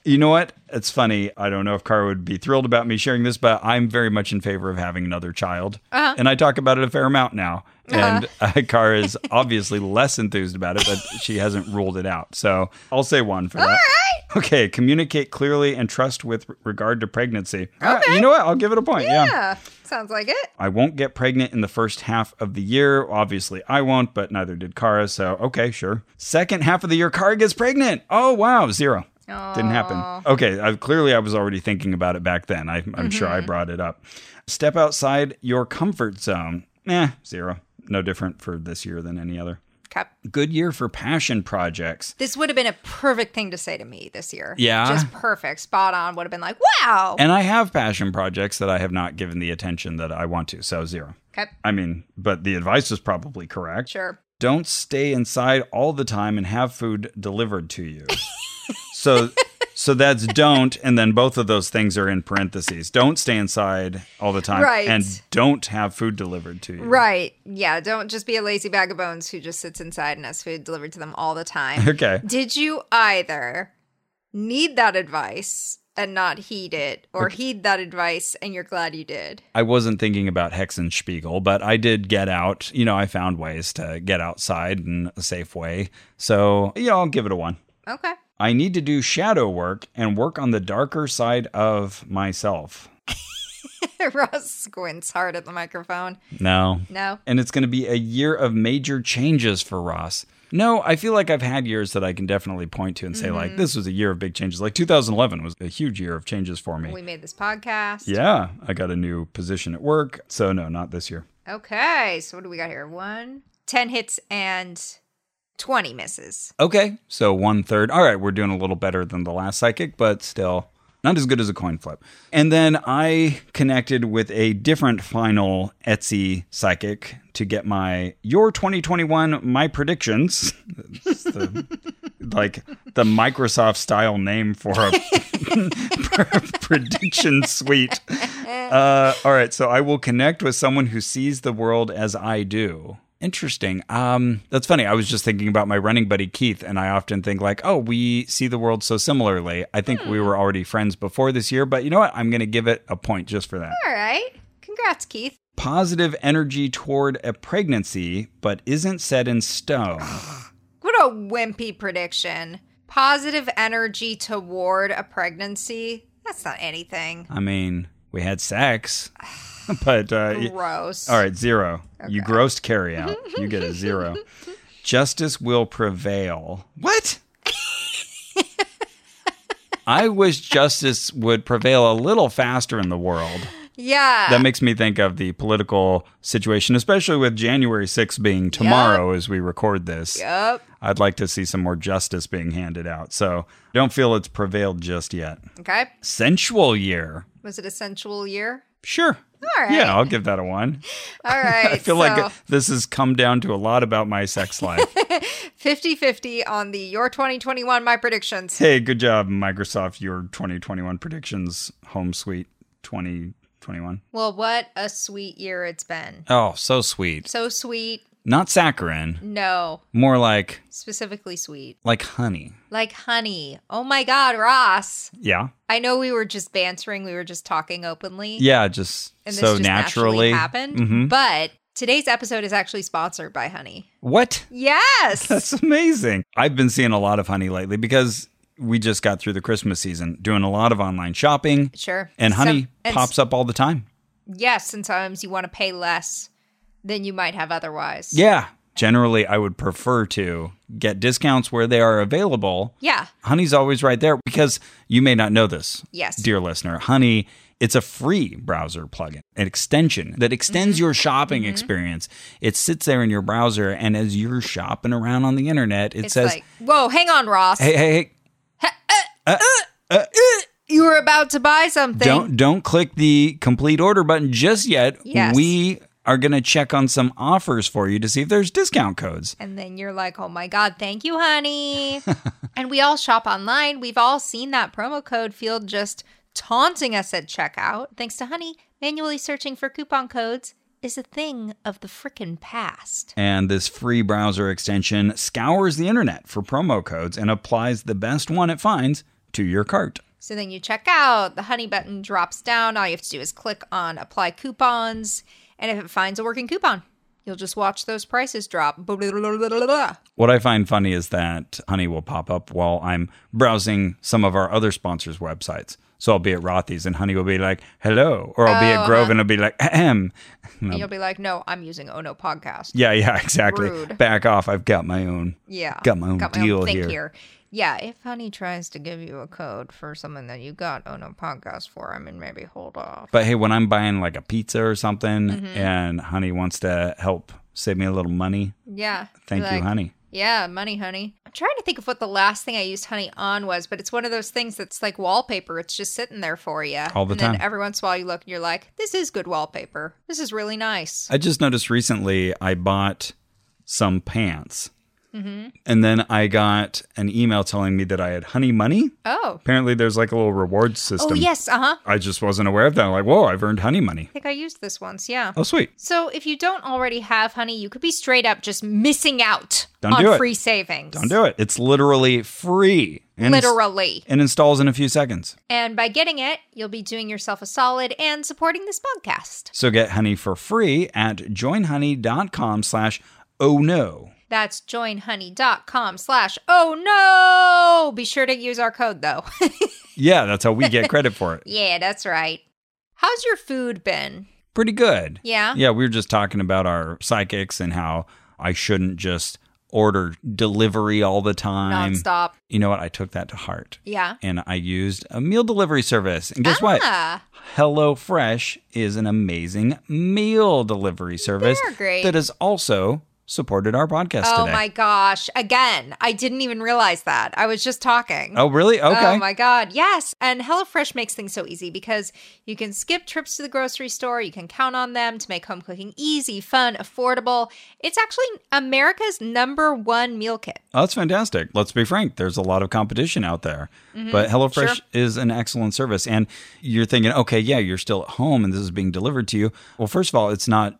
A: You know what? It's funny. I don't know if Cara would be thrilled about me sharing this, but I'm very much in favor of having another child. And I talk about it a fair amount now. And uh, Cara is obviously less enthused about it, but she hasn't ruled it out. So I'll say one for that. Okay, communicate clearly and trust with regard to pregnancy. All right, you know what? I'll give it a point. yeah.
B: Yeah, sounds like it.
A: I won't get pregnant in the first half of the year. Obviously, I won't, but neither did Kara. So, okay, sure. Second half of the year, Kara gets pregnant. Oh, wow, zero. Didn't happen. Okay, I, clearly I was already thinking about it back then. I, I'm sure I brought it up. Step outside your comfort zone. Eh, zero. No different for this year than any other.
B: Okay.
A: Good year for passion projects.
B: This would have been a perfect thing to say to me this year.
A: Yeah.
B: Just perfect. Spot on. Would have been like, wow.
A: And I have passion projects that I have not given the attention that I want to. So, zero.
B: okay.
A: I mean, but the advice is probably correct.
B: Sure.
A: don't stay inside all the time and have food delivered to you. so so that's don't and then both of those things are in parentheses. Don't stay inside all the time
B: Right.
A: and don't have food delivered to you.
B: Right. Yeah. Don't just be a lazy bag of bones who just sits inside and has food delivered to them all the time.
A: Okay.
B: Did you either need that advice and not heed it, or heed that advice and you're glad you did?
A: I wasn't thinking about Hexenspiegel, but I did get out. You know, I found ways to get outside in a safe way. So, you know, I'll give it a 1.
B: Okay.
A: I need to do shadow work and work on the darker side of myself.
B: Ross squints hard at the microphone.
A: No.
B: No.
A: and it's going to be a year of major changes for Ross. No, I feel like I've had years that I can definitely point to and say, like, this was a year of big changes. Like 2011 was a huge year of changes for me.
B: We made this podcast.
A: yeah, I got a new position at work. So, no, not this year.
B: Okay. So what do we got here? One, 10 hits and 20 misses.
A: Okay, so one third. All right, we're doing a little better than the last psychic, but still Not as good as a coin flip. And then I connected with a different final Etsy psychic to get my your 2021 my predictions. It's the- like the Microsoft style name for a prediction suite. Uh, all right, so I will connect with someone who sees the world as I do. Interesting. Um, that's funny. I was just thinking about my running buddy Keith, and I often think like, "Oh, we see the world so similarly." I think we were already friends before this year, but you know what? I'm going to give it a point just for that.
B: All right. Congrats, Keith.
A: Positive energy toward a pregnancy, but isn't set in stone.
B: What a wimpy prediction. Positive energy toward a pregnancy. That's not anything.
A: I mean, we had sex, but uh, y-
B: Gross.
A: All right, zero. You grossed carry out. You get a zero. Justice will prevail. What? I wish justice would prevail a little faster in the world.
B: Yeah.
A: That makes me think of the political situation, especially with January 6th being tomorrow as we record this.
B: Yup.
A: I'd like to see some more justice being handed out. So don't feel it's prevailed just yet.
B: Okay.
A: Sensual year.
B: Was it a sensual year?
A: Sure.
B: All right.
A: Yeah, I'll give that a one.
B: All right.
A: I feel
B: so
A: like this has come down to a lot about my sex life.
B: 50 50 on the Your 2021 My Predictions.
A: hey, good job, Microsoft, your 2021 predictions, home suite 2021.
B: Well, what a sweet year it's been.
A: Oh, so sweet.
B: So sweet.
A: Not saccharin,
B: No,
A: more like
B: specifically sweet.
A: like honey.
B: Like honey. Oh my God, Ross.
A: Yeah.
B: I know we were just bantering, we were just talking openly.
A: Yeah, just
B: And this
A: so
B: just
A: naturally.
B: naturally happened.
A: Mhm.
B: But today's episode is actually sponsored by honey.
A: What?
B: Yes.
A: That's amazing. I've been seeing a lot of honey lately because we just got through the Christmas season, doing a lot of online shopping,
B: sure.
A: and honey
B: Some- and
A: pops up all the time.
B: Yes, and sometimes you want to pay less than you might have otherwise.
A: Yeah. Generally, I would prefer to get discounts where they are available.
B: Yeah.
A: Honey's always right there because you may not know this.
B: Yes.
A: Dear listener, Honey, it's a free browser plugin, an extension that extends
B: Mm-hmm.
A: your shopping experience. It sits there in your browser, and as you're shopping around on the internet, it
B: It's
A: says,
B: like, whoa, hang on, Ross.
A: hey, hey, hey,
B: you were about to buy something.
A: don't don't click the complete order button just yet.
B: Yes.
A: We are going to check on some offers for you to see if there's discount codes.
B: And then you're like, oh my God, thank you, honey. and we all shop online. We've all seen that promo code field just taunting us at checkout. Thanks to honey, manually searching for coupon codes is a thing of the frickin' past.
A: And this free browser extension scours the internet for promo codes and applies the best one it finds to your cart.
B: So then you check out, the honey button drops down. All you have to do is click on apply coupons. And if it finds a working coupon, you'll just watch those prices drop. Blah, blah, blah, blah, blah, blah.
A: What I find funny is that Honey will pop up while I'm browsing some of our other sponsors' websites. So I'll be at Rothy's and Honey will be like, hello. Or I'll be
B: Oh,
A: at Grove and I'll be like, ahem.
B: And you'll be like, no, I'm using Oh No Podcast.
A: Yeah, yeah, exactly.
B: Rude.
A: Back off. I've got my own.
B: Yeah.
A: Got my own deal
B: thing
A: here.
B: Yeah, if Honey tries to give you a code for something that you got on a podcast for, I mean, maybe hold off.
A: But hey, when I'm buying like a pizza or something
B: Mm-hmm.
A: and Honey wants to help save me a little money,
B: Yeah. be
A: thank you,
B: like,
A: Honey.
B: Yeah, money, honey. I'm trying to think of what the last thing I used honey on was, but it's one of those things that's like wallpaper. It's just sitting there for you.
A: All the
B: and
A: time.
B: Then every once in a while you look and you're like, this is good wallpaper. This is really nice.
A: I just noticed recently I bought some pants.
B: Mm-hmm.
A: And then I got an email telling me that I had honey money.
B: Oh.
A: Apparently, there's like a little reward system.
B: Oh, yes. Uh huh.
A: I just wasn't aware of that. I'm like, whoa, I've earned honey money.
B: I think I used this once. Yeah.
A: Oh, sweet.
B: So if you don't already have honey, you could be straight up just missing out
A: Don't
B: on
A: do it.
B: free savings.
A: Don't do it. It's literally free. And it's-
B: Literally.
A: And installs in a few seconds.
B: And by getting it, you'll be doing yourself a solid and supporting this podcast.
A: So get honey for free at joinhoney.com slash oh no.
B: That's joinhoney.com slash oh no. Be sure to use our code though.
A: Yeah, that's how we get credit for it.
B: yeah, that's right. How's your food been?
A: Pretty good.
B: Yeah.
A: Yeah, we were just talking about our psychics and how I shouldn't just order delivery all the time.
B: Nonstop.
A: You know what? I took that to heart.
B: Yeah.
A: And I used a meal delivery service. And guess what?
B: Ah,
A: HelloFresh is an amazing meal delivery service
B: They're great.
A: that is also supported our podcast
B: Oh
A: today.
B: my gosh. Again, I didn't even realize that. I was just talking.
A: oh, really? Okay.
B: Oh my God. Yes. And HelloFresh makes things so easy because you can skip trips to the grocery store. You can count on them to make home cooking easy, fun, affordable. It's actually America's number one meal kit.
A: Oh, that's fantastic. Let's be frank, there's a lot of competition out there. but HelloFresh
B: Mm-hmm. sure.
A: is an excellent service. And you're thinking, okay, yeah, you're still at home and this is being delivered to you. Well, first of all, it's not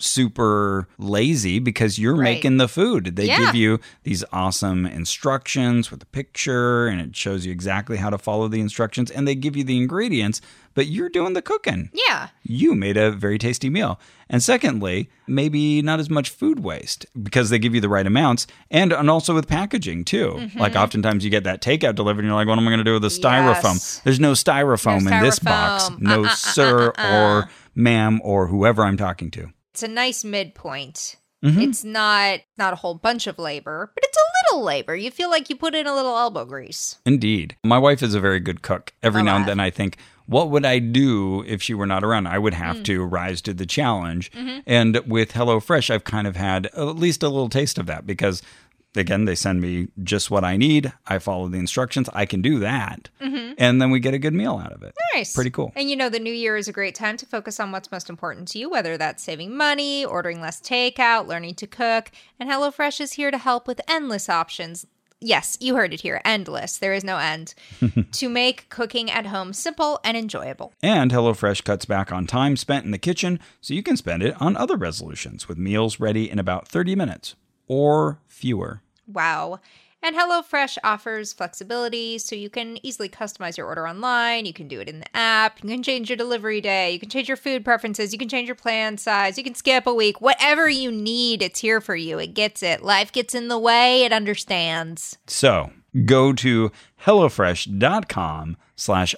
A: super lazy because you're
B: Right.
A: making the food. They
B: Yeah.
A: give you these awesome instructions with a picture and it shows you exactly how to follow the instructions and they give you the ingredients, but you're doing the cooking
B: Yeah.
A: you made a very tasty meal. And secondly, maybe not as much food waste because they give you the right amounts and, and also with packaging too.
B: Mm-hmm.
A: Like oftentimes you get that takeout delivered and you're like, what am I going to do with the styrofoam?
B: Yes.
A: There's no styrofoam
B: No
A: in this box.
B: styrofoam. Uh,
A: No, sir or ma'am or whoever I'm talking to.
B: It's a nice midpoint.
A: Mm-hmm.
B: It's not not a whole bunch of labor, but it's a little labor. You feel like you put in a little elbow grease.
A: Indeed. My wife is a very good cook. Every
B: Oh,
A: now and
B: wow.
A: then I think, what would I do if she were not around? I would
B: Hmm.
A: have to rise to the challenge.
B: Mm-hmm.
A: And with HelloFresh, I've kind of had at least a little taste of that because, again, they send me just what I need. I follow the instructions. I can do that. And then we get a good meal out of it.
B: Mm-hmm. Nice.
A: Pretty cool.
B: And you know, the new year is a great time to focus on what's most important to you, whether that's saving money, ordering less takeout, learning to cook. And HelloFresh is here to help with endless options. Yes, you heard it here endless. There is no end to make cooking at home simple and enjoyable.
A: And HelloFresh cuts back on time spent in the kitchen so you can spend it on other resolutions with meals ready in about 30 minutes or fewer.
B: Wow. And HelloFresh offers flexibility so you can easily customize your order online. You can do it in the app. You can change your delivery day. You can change your food preferences. You can change your plan size. You can skip a week. Whatever you need, it's here for you. It gets it. Life gets in the way. It understands.
A: So go to HelloFresh.com slash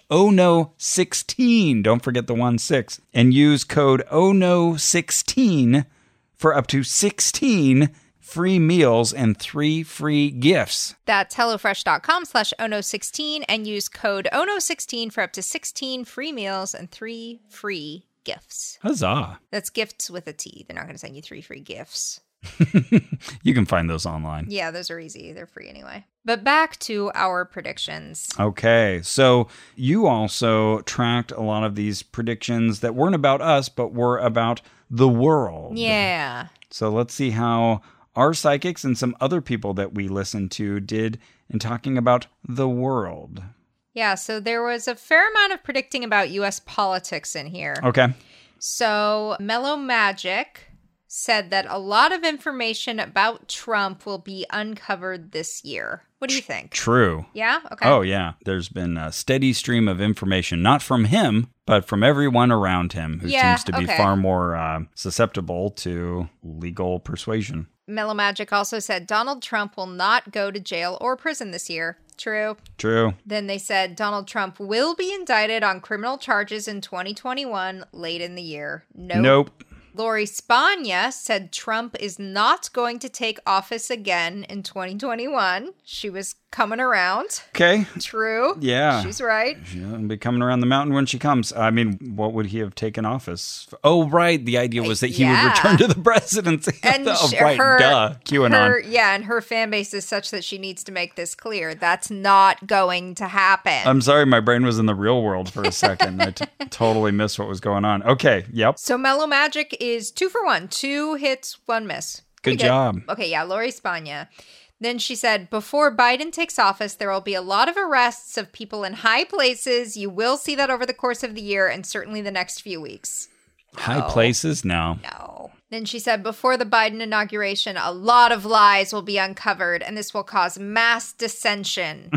A: ONO16. Don't forget the one six and use code ONO16 for up to 16 free meals and three free gifts.
B: That's HelloFresh.com slash ONO16 and use code ONO16 for up to 16 free meals and three free gifts.
A: Huzzah.
B: That's gifts with a T. They're not going to send you three free gifts.
A: You can find those online.
B: Yeah, those are easy. They're free anyway. But back to our predictions.
A: Okay, so you also tracked a lot of these predictions that weren't about us, but were about the world.
B: Yeah.
A: So let's see how our psychics and some other people that we listen to did in talking about the world.
B: Yeah. So there was a fair amount of predicting about US politics in here.
A: Okay.
B: So Mellow Magic said that a lot of information about Trump will be uncovered this year. What do you think?
A: True.
B: Yeah. Okay.
A: Oh, yeah. There's been a steady stream of information, not from him, but from everyone around him who
B: Yeah,
A: seems to be
B: okay.
A: far more uh, susceptible to legal persuasion.
B: Mellow Magic also said Donald Trump will not go to jail or prison this year. True.
A: True.
B: Then they said Donald Trump will be indicted on criminal charges in 2021 late in the year. No.
A: Nope.
B: Lori Spagna said Trump is not going to take office again in 2021. She was coming around.
A: Okay.
B: True.
A: Yeah.
B: She's right.
A: She'll be coming around the mountain when she comes. I mean, what would he have taken office? f- Oh, right. The idea was that he
B: Yeah.
A: would return to the presidency.
B: And
A: oh,
B: sh-
A: right.
B: her,
A: duh. QAnon.
B: her, yeah, and her fan base is such that she needs to make this clear. That's not going to happen.
A: I'm sorry, my brain was in the real world for a second. I t- totally missed what was going on. Okay, yep.
B: so Mellow Magic is two for one, two hits, one miss.
A: Good job.
B: Okay, yeah, Lori Spagna. Then she said, before Biden takes office, there will be a lot of arrests of people in high places. You will see that over the course of the year and certainly the next few weeks.
A: High places? No.
B: No. Then she said, before the Biden inauguration, a lot of lies will be uncovered and this will cause mass dissension.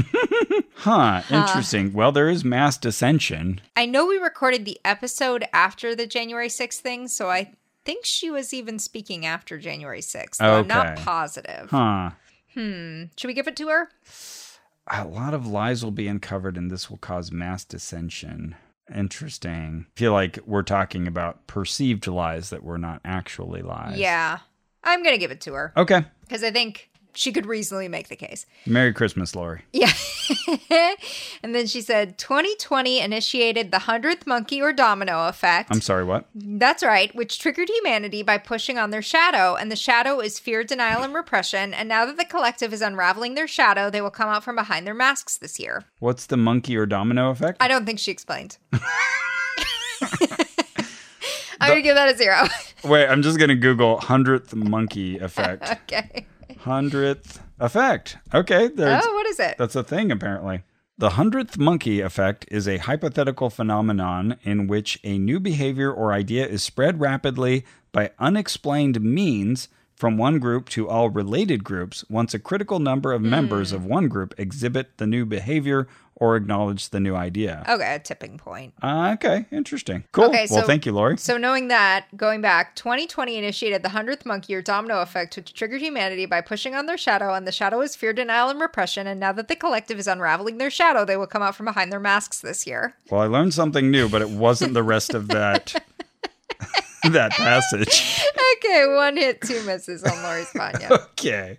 A: Huh, interesting. Well, there is mass dissension.
B: I know we recorded the episode after the January 6th thing, so I think she was even speaking after January 6th. though I'm not
A: Okay.
B: positive.
A: Huh.
B: Should we give it to her?
A: A lot of lies will be uncovered, and this will cause mass dissension. Interesting. feel like we're talking about perceived lies that were not actually lies.
B: Yeah. I'm going to give it to her.
A: Okay.
B: because I think she could reasonably make the case.
A: Merry Christmas, Lori.
B: Yeah. and then she said 2020 initiated the 100th monkey or domino effect.
A: I'm sorry, what?
B: That's right, which triggered humanity by pushing on their shadow. And the shadow is fear, denial, and repression. And now that the collective is unraveling their shadow, they will come out from behind their masks this year.
A: What's the monkey or domino effect?
B: I don't think she explained. I'm going to give that a zero.
A: Wait, I'm just going to Google 100th monkey effect.
B: okay.
A: 100th effect. Okay, there's
B: Oh, what is it?
A: That's a thing, apparently. The hundredth monkey effect is a hypothetical phenomenon in which a new behavior or idea is spread rapidly by unexplained means from one group to all related groups once a critical number of members
B: Hmm.
A: of one group exhibit the new behavior or acknowledge the new idea.
B: Okay, a tipping point.
A: Ah, okay, interesting. Cool.
B: Okay,
A: well,
B: so-
A: thank you, Lori.
B: So, knowing that, going back, 2020 initiated the 100th monkey or domino effect, which triggered humanity by pushing on their shadow, and the shadow is fear, denial, and repression. And now that the collective is unraveling their shadow, they will come out from behind their masks this year.
A: Well, I learned something new, but it wasn't the rest of that that passage.
B: Okay, one hit, two misses on Lori Spagna.
A: Okay.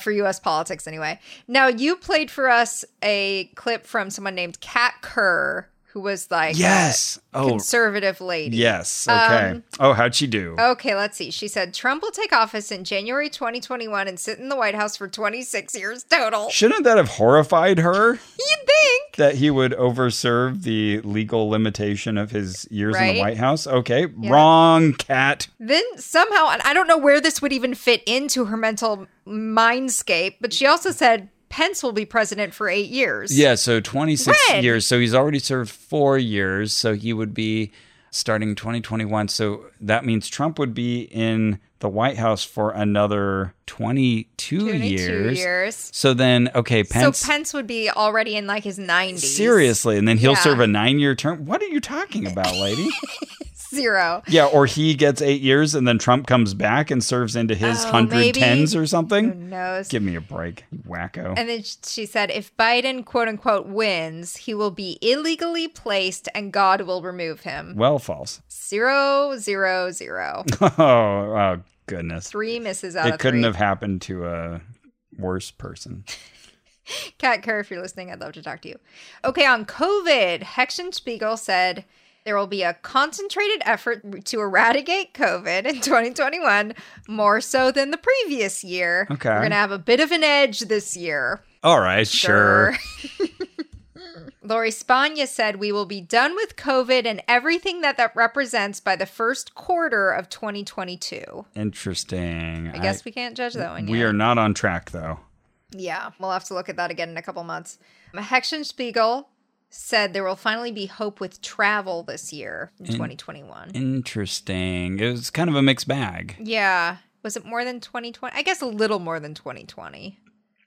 B: for US politics, anyway. Now, you played for us a clip from someone named Kat Kerr, who was like
A: Yes.
B: a
A: Oh,
B: conservative lady.
A: Yes. Okay.
B: Um,
A: oh, how'd she do?
B: Okay, let's see. She said Trump will take office in January 2021 and sit in the White House for 26 years total.
A: Shouldn't that have horrified her
B: You think?
A: that he would overserve the legal limitation of his years in
B: Right?
A: the White House? Okay. Wrong cat.
B: Then somehow, and I don't know where this would even fit into her mental mindscape, but she also said Pence will be president for eight years.
A: Yeah, so 26
B: When?
A: years. So he's already served 4 years, so he would be starting 2021. So that means Trump would be in the White House for another 22,
B: 22
A: years.
B: years.
A: So then okay, Pence
B: So Pence would be already in like his 90s.
A: Seriously, and then he'll
B: Yeah.
A: serve a nine-year term. What are you talking about, lady?
B: Zero.
A: Yeah, or he gets eight years and then Trump comes back and serves into his
B: Oh,
A: hundred
B: maybe.
A: tens or
B: Who
A: something.
B: knows?
A: Give me a break, you wacko.
B: And then sh- she said, if Biden, quote unquote, wins, he will be illegally placed and God will remove him.
A: well, false.
B: Zero, zero, zero.
A: Oh, oh goodness.
B: Three misses out
A: It
B: of
A: couldn't
B: three.
A: have happened to a worse person.
B: Kat Kerr, if you're listening, I'd love to talk to you. Okay, on COVID, Hexion Spiegel said there will be a concentrated effort to eradicate COVID in 2021, more so than the previous year.
A: Okay.
B: We're going to have a bit of an edge this year.
A: All right, sure.
B: Lori Spagna said we will be done with COVID and everything that that represents by the first quarter of 2022.
A: Interesting.
B: I guess we can't judge that one yet.
A: we are not on track though.
B: Yeah, we'll have to look at that again in a couple months. Hexion Spiegel said there will finally be hope with travel this year in 2021.
A: Interesting. It was kind of a mixed bag.
B: yeah. Was it more than 2020? I guess a little more than 2020.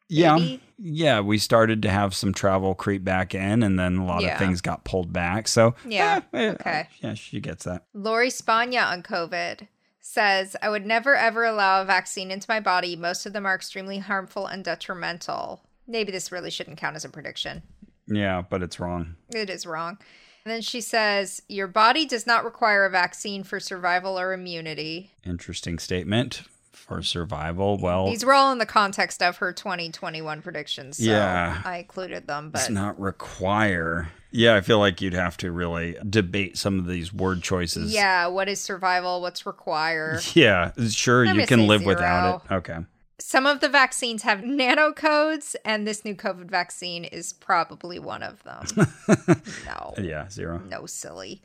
A: Yeah.
B: Maybe.
A: Yeah, we started to have some travel creep back in and then a lot
B: Yeah.
A: of things got pulled back. So
B: Yeah,
A: eh, eh,
B: okay.
A: Yeah, she gets that.
B: Lori Spagna on COVID says, I would never ever allow a vaccine into my body. Most of them are extremely harmful and detrimental. Maybe this really shouldn't count as a prediction.
A: Yeah, but it's wrong.
B: It is wrong. And then she says, Your body does not require a vaccine for survival or immunity.
A: Interesting statement for survival. Well,
B: These were all in the context of her 2021 predictions. So
A: Yeah.
B: I included them,
A: it's
B: but
A: not require. Yeah, I feel like you'd have to really debate some of these word choices.
B: yeah, what is survival? What's required?
A: Yeah, sure,
B: I'm
A: you
B: gonna
A: can
B: say
A: live without it. Okay.
B: Some of the vaccines have nanocodes, and this new COVID vaccine is probably one of them. no.
A: Yeah, zero.
B: No, silly.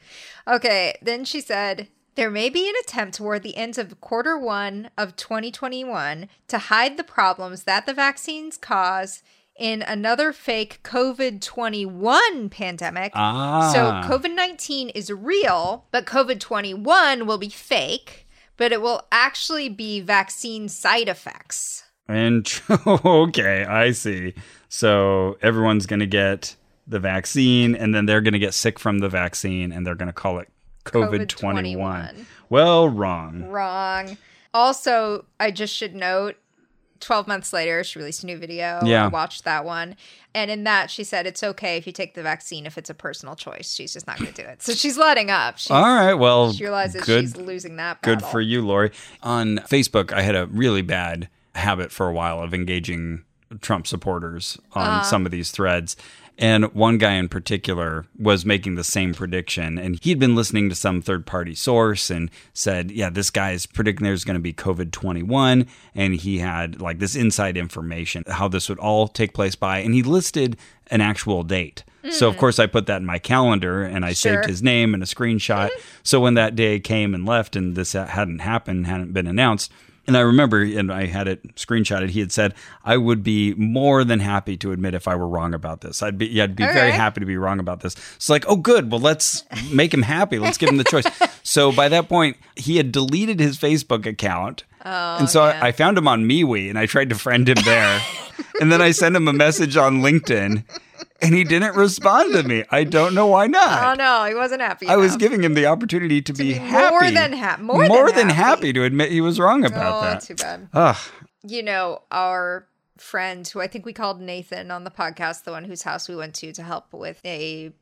B: Okay, then she said, There may be an attempt toward the end of quarter one of 2021 to hide the problems that the vaccines cause in another fake COVID 21 pandemic.
A: Ah.
B: So COVID 19 is real, but COVID 21 will be fake, but it will actually be vaccine side effects.
A: and okay, I see. So everyone's going to get the vaccine and then they're going to get sick from the vaccine and they're going to call it COVID-21.
B: COVID-21.
A: Well, wrong.
B: Wrong. Also, I just should note 12 months later, she released a new video.
A: Yeah.
B: I watched that one. And in that, she said it's okay if you take the vaccine if it's a personal choice. She's just not going to do it. So she's letting up. She
A: All right, well,
B: she realizes
A: Oh, good
B: she's losing that
A: Good
B: battle.
A: for you, Lori. On Facebook, I had a really bad habit for a while of engaging Trump supporters on some of these threads. And one guy in particular was making the same prediction. And he'd been listening to some third party source and said, Yeah, this guy is predicting there's going to be COVID 21. And he had like this inside information, how this would all take place by. And he listed an actual date. So, of course, I put that in my calendar and I
B: Sure.
A: saved his name and a screenshot. So, when that day came and left and this hadn't happened, hadn't been announced, and I remember, and I had it screenshotted. He had said, "I would be more than happy to admit if I were wrong about this. I'd be, yeah, I'd be very
B: right.
A: happy to be wrong about this." It's like, oh, good. Well, let's make him happy. Let's give him the choice. so by that point, he had deleted his Facebook account, and so I, I found him on MeWe and I tried to friend him there, and then I sent him a message on LinkedIn, and he didn't respond to me. I don't know why not.
B: Oh no, he wasn't happy.
A: I was
B: enough.
A: giving him the opportunity to, be,
B: be more
A: happy,
B: than ha- more than
A: happy.
B: happy.
A: to admit he was wrong about
B: Oh,
A: that.
B: too bad.
A: Ugh.
B: You know, our friend who I think we called Nathan on the podcast, the one whose house we went to to help with a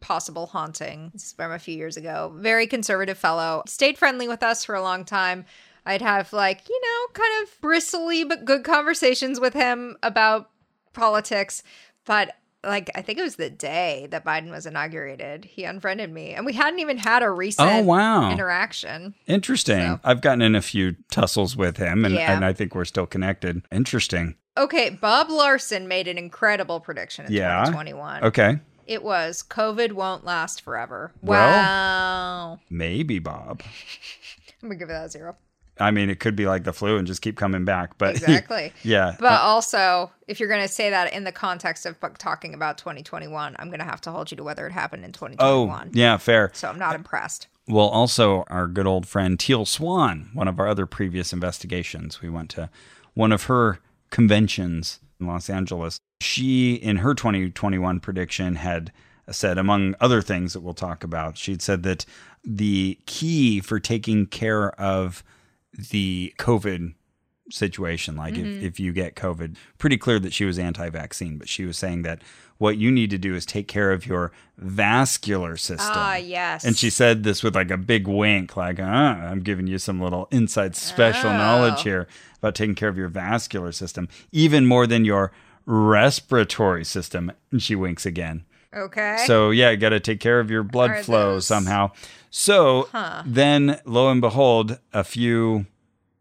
B: possible haunting this is from a few years ago. Very conservative fellow. Stayed friendly with us for a long time. I'd have like, you know, kind of bristly but good conversations with him about politics, but like I think it was the day that Biden was inaugurated, he unfriended me, and we hadn't even had a recent
A: Oh, wow.
B: interaction.
A: Interesting.
B: So-
A: I've gotten in a few tussles with him, and,
B: Yeah.
A: and I think we're still connected. Interesting.
B: Okay, Bob Larson made an incredible prediction in
A: Yeah.
B: 2021.
A: Okay.
B: It was COVID won't last forever.
A: Well-
B: Wow.
A: Maybe, Bob.
B: I'm going to give that a zero.
A: I mean, it could be like the flu and just keep coming back, but
B: Exactly.
A: yeah.
B: But also, if you're going to say that in the context of bu- talking about 2021, I'm going to have to hold you to whether it happened in
A: oh,
B: 2021.
A: yeah, fair.
B: So I'm not impressed.
A: Well, also our good old friend Teal Swan, one of our other previous investigations, we went to one of her conventions in Los Angeles. She, in her 2021 prediction, had said, among other things that we'll talk about, she'd said that the key for taking care of the COVID situation. Like if, if you get COVID, pretty clear that she was anti vaccine, but she was saying that what you need to do is take care of your vascular system.
B: Ah, yes.
A: And she said this with like a big wink, like, uh, I'm giving you some little inside special
B: Oh.
A: knowledge here about taking care of your vascular system, even more than your respiratory system. And she winks again.
B: Okay.
A: So yeah, you got to take care of your blood
B: Are
A: flow
B: those-
A: somehow. So then, lo and behold, a few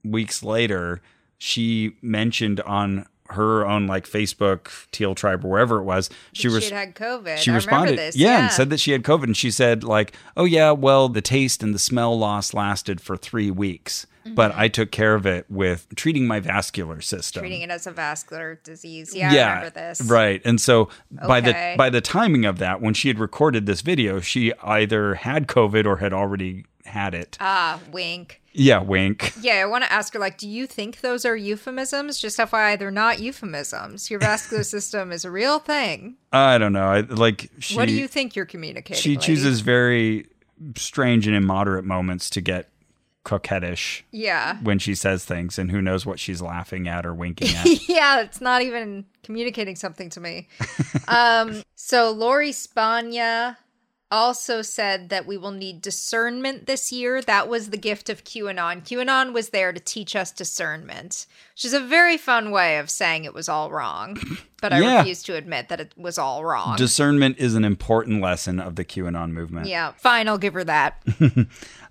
A: weeks later, she mentioned on her own like Facebook, Teal Tribe, or wherever it was, she
B: she
A: was
B: had had COVID.
A: she
B: I
A: responded,
B: remember this.
A: yeah, and said that she had COVID, and she said like, "Oh yeah, well, the taste and the smell loss lasted for three weeks, but I took care of it with treating my vascular system,
B: Mm-hmm. treating it as a vascular disease. Yeah, I remember this.
A: Right. And so by the
B: Okay.
A: by the timing of that, when she had recorded this video, she either had COVID or had already had it.
B: Ah, wink.
A: yeah, wink.
B: Yeah, I want to ask her, like, do you think those are euphemisms? Just FYI, they're not euphemisms. Your vascular system is a real thing.
A: I don't know. I like she
B: what do you think you're communicating?
A: she
B: lady?
A: chooses very strange and immoderate moments to get coquettish
B: Yeah.
A: when she says things and who knows what she's laughing at or winking at.
B: yeah, it's not even communicating something to me. um, so Lori Spagna also said that we will need discernment this year. That was the gift of QAnon. QAnon was there to teach us discernment, which is a very fun way of saying it was all wrong. But I
A: Yeah.
B: refuse to admit that it was all wrong.
A: Discernment is an important lesson of the QAnon movement.
B: yeah, fine, I'll give her that.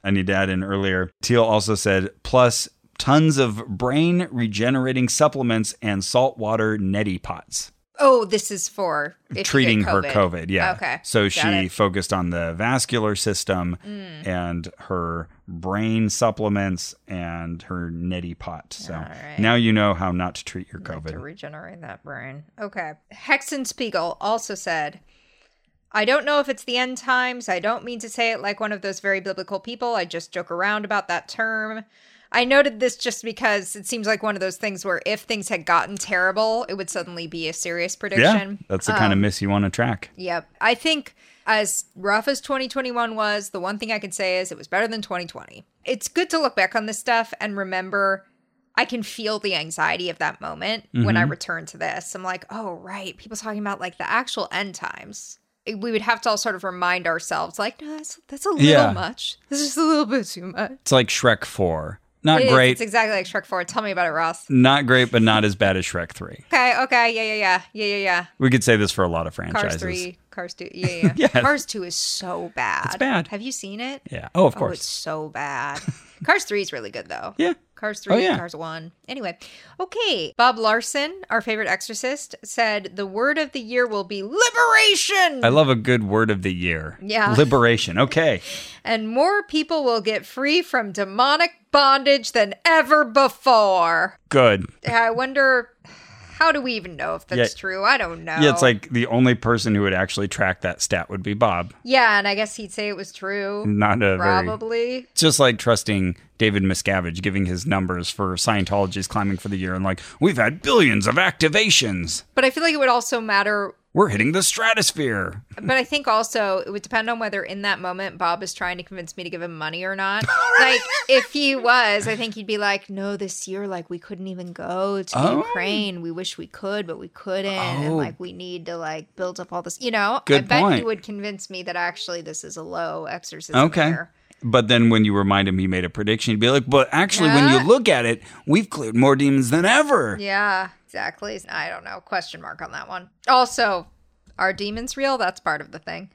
A: and your dad in earlier. Teal also said, plus tons of brain regenerating supplements and saltwater neti pots.
B: Oh, this is for if you get
A: treating her COVID. Yeah.
B: Okay.
A: So
B: got
A: she
B: it. Mm.
A: focused on the vascular system and her brain supplements and her neti pot. So
B: right.
A: now you know how not to treat your
B: to
A: COVID.
B: regenerate that brain. Okay. Hexen Spiegel also said, I don't know if it's the end times. I don't mean to say it like one of those very biblical people. I just joke around about that term. I noted this just because it seems like one of those things where if things had gotten terrible, it would suddenly be a serious
A: Yeah.
B: prediction.
A: That's the kind
B: Um,
A: of miss you want to track.
B: Yep. I think as rough as 2021 was, the one thing I can say is it was better than 2020. It's good to look back on this stuff and remember I can feel the anxiety of that moment when I
A: Mm-hmm.
B: return to this. I'm like, oh, right. People talking about like the actual end times. It- We would have to all sort of remind ourselves, like, no, that's, that's a little
A: Yeah.
B: much. This is a little bit too much.
A: It's like Shrek 4. not
B: It is.
A: great.
B: It's exactly like Shrek 4. Tell me about it, Ross.
A: not great, but not as bad as Shrek 3.
B: Okay, okay, yeah, yeah, yeah, yeah, yeah, yeah.
A: We could say this for a lot of
B: Cars
A: franchises.
B: 3, Cars 2, yeah, yeah.
A: Yes.
B: Cars 2 is so bad. It's
A: bad.
B: Have you seen it?
A: Yeah. Oh, of
B: Oh, it's
A: course.
B: so bad. Cars 3 is really good, though.
A: yeah.
B: Cars 3,
A: Oh, yeah.
B: Cars 1. Anyway, okay. Bob Larson, our favorite exorcist, said the word of the year will be liberation.
A: I love a good word of the year.
B: Yeah.
A: Liberation. Okay.
B: and more people will get free from demonic bondage than ever before.
A: Good.
B: I wonder how do we even know if that's
A: Yeah.
B: true? I don't know.
A: Yeah, it's like the only person who would actually track that stat would be Bob.
B: Yeah, and I guess he'd say it was true.
A: Not a very.
B: Probably.
A: It's just like trusting David Miscavige giving his numbers for Scientology's climbing for the year and like, we've had billions of activations.
B: But I feel like it would also matter
A: We're hitting the stratosphere.
B: But I think also it would depend on whether in that moment Bob is trying to convince me to give him money or not. like if he was, I think he'd be like, "No, this year, like we couldn't even go to
A: Oh.
B: Ukraine. We wish we could, but we couldn't. And
A: Oh.
B: like we need to like build up all this. You know, I
A: Good
B: bet he
A: point.
B: would convince me that actually this is a low exorcism.
A: Okay.
B: year.
A: But then when you remind him he made a prediction, he'd be like, but actually, when
B: Yeah.
A: you look at it, we've cleared more demons than ever.
B: Yeah, exactly. I don't know. Question mark on that one. Also, are demons real? That's part of the thing.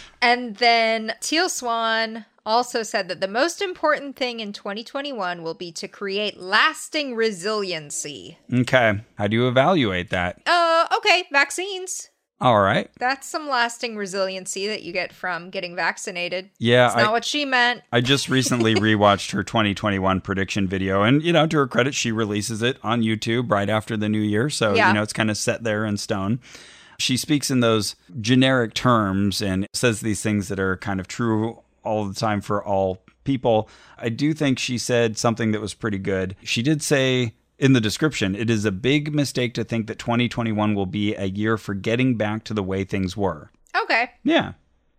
B: and then Teal Swan also said that the most important thing in 2021 will be to create lasting resiliency.
A: Okay. How do you evaluate that?
B: Uh, okay, vaccines.
A: All right.
B: That's some lasting resiliency that you get from getting vaccinated.
A: Yeah.
B: That's
A: I-
B: not what she meant.
A: I just recently rewatched her 2021 prediction video, and you know, to her credit, she releases it on YouTube right after the new year, so
B: Yeah.
A: you know it's kind of set there in stone. She speaks in those generic terms and says these things that are kind of true all the time for all people. I do think she said something that was pretty good. She did say in the description, it is a big mistake to think that 2021 will be a year for getting back to the way things were.
B: Okay.
A: Yeah,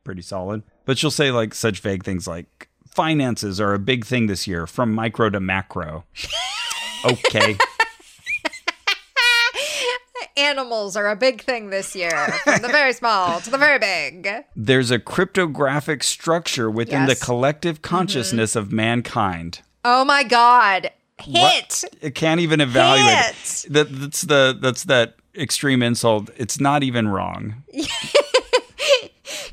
A: pretty solid. But she'll say like such vague things like finances are a big thing this year, from micro to macro. okay.
B: Animals are a big thing this year, from the very small to the very big.
A: There's a cryptographic structure within
B: Yes. Mm-hmm.
A: the collective consciousness of mankind.
B: Oh my god. Hit.
A: It can't even evaluate. it.
B: Hit.
A: That, that's the that's that extreme insult. It's not even wrong.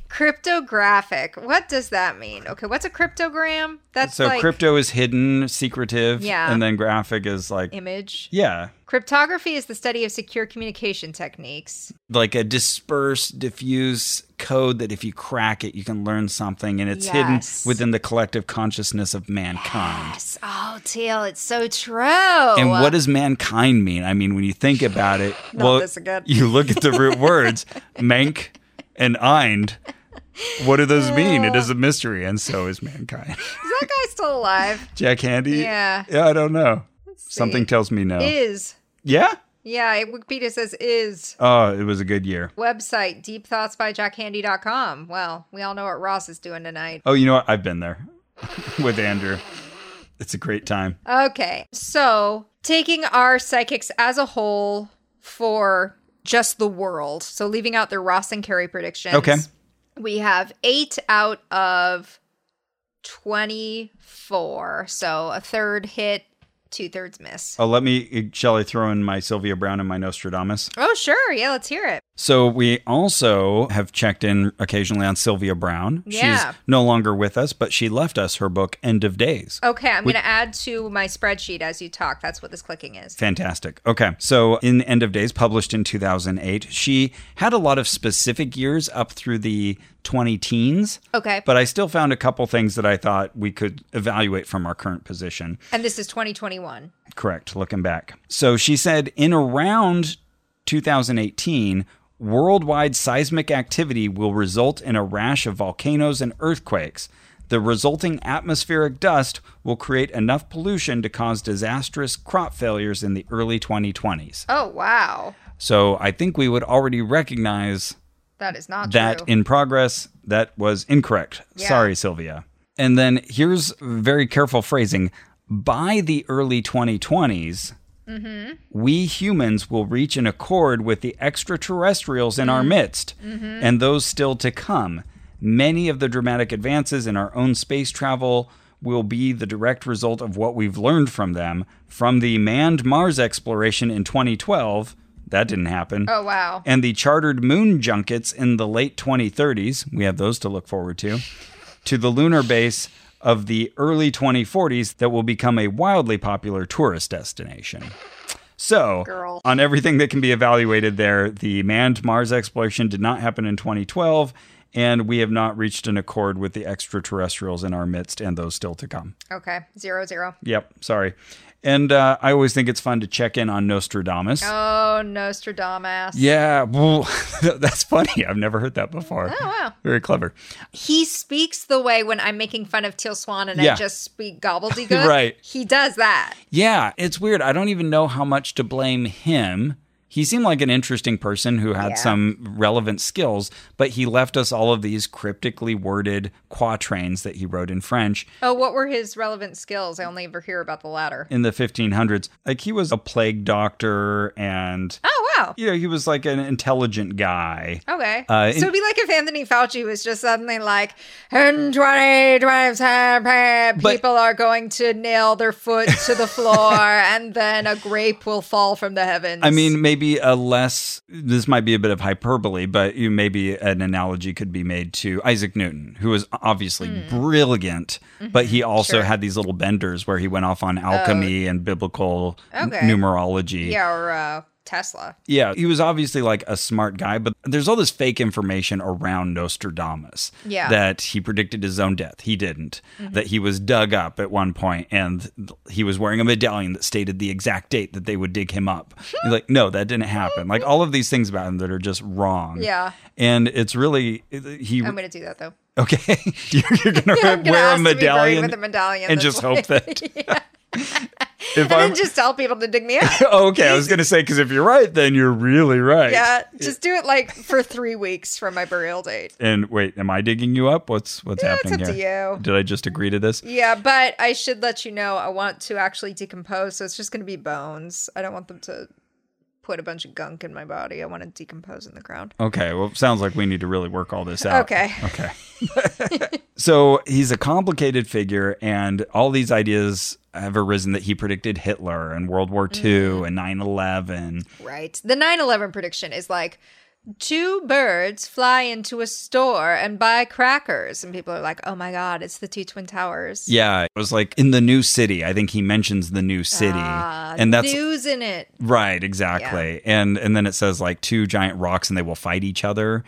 B: Cryptographic. What does that mean? Okay, what's a cryptogram? That's
A: So
B: like
A: crypto is hidden, secretive,
B: Yeah.
A: and then graphic is like
B: image.
A: yeah,
B: Cryptography is the study of secure communication techniques.
A: like a dispersed, diffuse code that if you crack it, you can learn something, and it's
B: Yes.
A: hidden within the collective consciousness of mankind.
B: Yes. Oh, Teal, it's so true.
A: And what does mankind mean? I mean, when you think about it,
B: Not
A: well,
B: this again.
A: you look at the root words, mank and eind. What do those mean? It is a mystery, and so is mankind.
B: is that guy still alive?
A: Jack Handy?
B: Yeah.
A: Yeah, I don't know. Something
B: see.
A: tells me no.
B: Is.
A: yeah?
B: Yeah, it- Wikipedia says is.
A: Oh, it was a good year.
B: Website deepthoughtsbyjackhandy.com. Well, we all know what Ross is doing tonight.
A: Oh, you know what? I've been there with Andrew. It's a great time.
B: Okay. So, taking our psychics as a whole for just the world, so leaving out the Ross and Carrie predictions.
A: Okay.
B: We have eight out of 24. So, a third hit, two thirds miss.
A: Oh, let me, shall I throw in my Sylvia Brown and my Nostradamus?
B: Oh, sure. Yeah, let's hear it.
A: So we also have checked in occasionally on Sylvia Brown.
B: Yeah.
A: She's no longer with us, but she left us her book, End of Days.
B: Okay. I'm going to add to my spreadsheet as you talk. That's what this clicking is.
A: Fantastic. Okay. So in End of Days, published in 2008, she had a lot of specific years up through the 20 teens.
B: Okay.
A: But I still found a couple things that I thought we could evaluate from our current position.
B: And this is 2021.
A: Correct, looking back. So she said in around 2018, worldwide seismic activity will result in a rash of volcanoes and earthquakes. The resulting atmospheric dust will create enough pollution to cause disastrous crop failures in the early 2020s.
B: Oh, wow.
A: So I think we would already recognize
B: That is not
A: that
B: true.
A: in progress. That was incorrect.
B: Yeah.
A: Sorry, Sylvia. And then here's very careful phrasing by the early 2020s,
B: Mm-hmm.
A: we humans will reach an accord with the extraterrestrials in our
B: Mm-hmm.
A: midst and those still to come. Many of the dramatic advances in our own space travel will be the direct result of what we've learned from them from the manned Mars exploration in 2012. That didn't happen.
B: Oh, wow.
A: And the chartered moon junkets in the late 2030s. We have those to look forward to. To the lunar base of the early 2040s that will become a wildly popular tourist destination. So,
B: Girl.
A: on everything that can be evaluated there, the manned Mars exploration did not happen in 2012, and we have not reached an accord with the extraterrestrials in our midst and those still to come.
B: Okay. Zero, zero.
A: Yep, sorry. And uh, I always think it's fun to check in on Nostradamus.
B: Oh, Nostradamus.
A: Yeah, well, that's funny. I've never heard that before.
B: Oh, wow.
A: Very clever.
B: He speaks the way when I'm making fun of Teal Swan and
A: Yeah.
B: I just speak gobbledygook.
A: Right.
B: He does that.
A: Yeah, it's weird. I don't even know how much to blame him. He seemed like an interesting person who had
B: Yeah.
A: some relevant skills, but he left us all of these cryptically worded quatrains that he wrote in French
B: Oh, what were his relevant skills? I only ever hear about the latter.
A: in the 1500s. Like he was a plague doctor and,
B: Oh, wow.
A: you know, he was like an intelligent guy.
B: Okay.
A: Uh,
B: so it'd be like if Anthony Fauci was just suddenly like, in 2027,
A: But-
B: people are going to nail their foot to the floor and then a grape will fall from the heavens.
A: I mean, maybe a less, this might be a bit of hyperbole, but you, maybe an analogy could be made to Isaac Newton, who was obviously brilliant, but he also
B: Hmm. Mm-hmm. sure. Oh.
A: had these little benders where he went off on alchemy and biblical n-
B: Okay.
A: numerology.
B: yeah, or uh, Tesla.
A: Yeah, he was obviously like a smart guy, but there's all this fake information around Nostradamus.
B: Yeah. Mm-hmm.
A: That he predicted his own death. He didn't. That he was dug up at one point and th- he was wearing a medallion that stated the exact date that they would dig him up. You're like, no, that didn't happen. Like all of these things about him that are just wrong.
B: Yeah.
A: And it's really, he,
B: I'm going to do that though.
A: okay, you're, going
B: I'm
A: to
B: gonna
A: wear a
B: ask to be buried
A: medallion,
B: with a medallion
A: and
B: that's
A: just hope
B: like-
A: that. If
B: And
A: I'm,
B: then just tell people to dig me up.
A: okay, I was going to say, because if you're right, then you're really right.
B: Yeah, just do it like for three weeks from my burial date.
A: And wait, am I digging you up? What's what's
B: Yeah, it's
A: happening
B: up to
A: here?
B: you.
A: Did I just agree to this?
B: Yeah, but I should let you know I want to actually decompose, so it's just going to be bones. I don't want them to put a bunch of gunk in my body. I want to decompose in the ground.
A: Okay. Well, sounds like we need to really work all this out.
B: Okay.
A: Okay. so he's a complicated figure, and all these ideas have arisen that he predicted Hitler and World War II
B: Mm-hmm.
A: and 9 11.
B: Right. The 9 11 prediction is like two birds fly into a store and buy crackers. And people are like, oh my God, it's the two Twin Towers.
A: Yeah. It was like in the new city. I think he mentions the new city.
B: Ah,
A: and that's
B: news in it.
A: Right, exactly. And and then it says like two giant rocks and they will fight each other.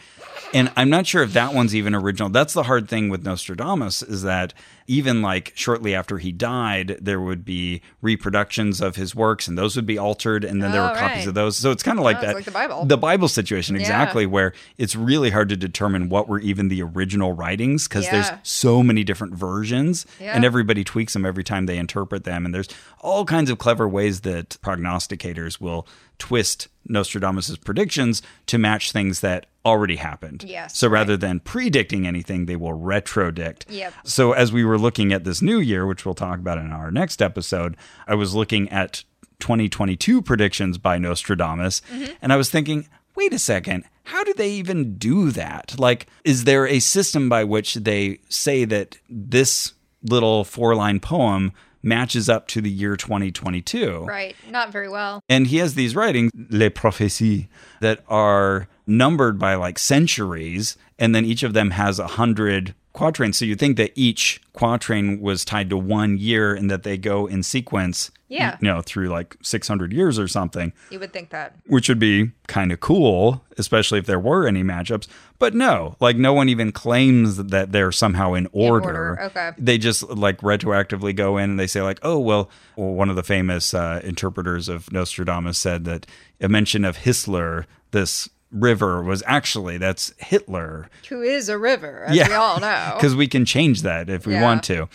A: And I'm not sure if that one's even original. That's the hard thing with Nostradamus is that even like shortly after he died, there would be reproductions of his works and those would be altered and then there
B: Oh,
A: were copies
B: right. Oh,
A: of those. So it's kind of like
B: it's
A: that
B: like the Bible.
A: the Bible situation exactly where it's really hard to determine what were even the original writings because
B: Yeah.
A: there's so many different versions
B: Yeah.
A: and everybody tweaks them every time they interpret them and there's all kinds of clever ways that prognosticators will twist Nostradamus's predictions to match things that already happened.
B: Yes,
A: So rather than predicting anything, they will retrodict.
B: Yep.
A: So as we were looking at this new year, which we'll talk about in our next episode, I was looking at 2022 predictions by Nostradamus, and I was thinking, wait a second, how do they even do that? Like, is there a system by which they say that this little four line poem matches up to the year 2022?
B: Right. Not very well.
A: And he has these writings, Les Prophéties, that are numbered by like centuries, and then each of them has a hundred quatrains. So you think that each quatrain was tied to one year and that they go in sequence,
B: Yeah.
A: you know, through like 600 years or something,
B: You would think that.
A: which would be kind of cool, especially if there were any matchups. But no, like no one even claims that they're somehow in order.
B: order, okay.
A: They just like retroactively go in and they say like, oh well, well one of the famous uh, interpreters of Nostradamus said that a mention of Hisler, this river, was actually that's Hitler
B: Who is a river, as
A: Yeah.
B: we all know.
A: because we can change that if we
B: Yeah.
A: want to.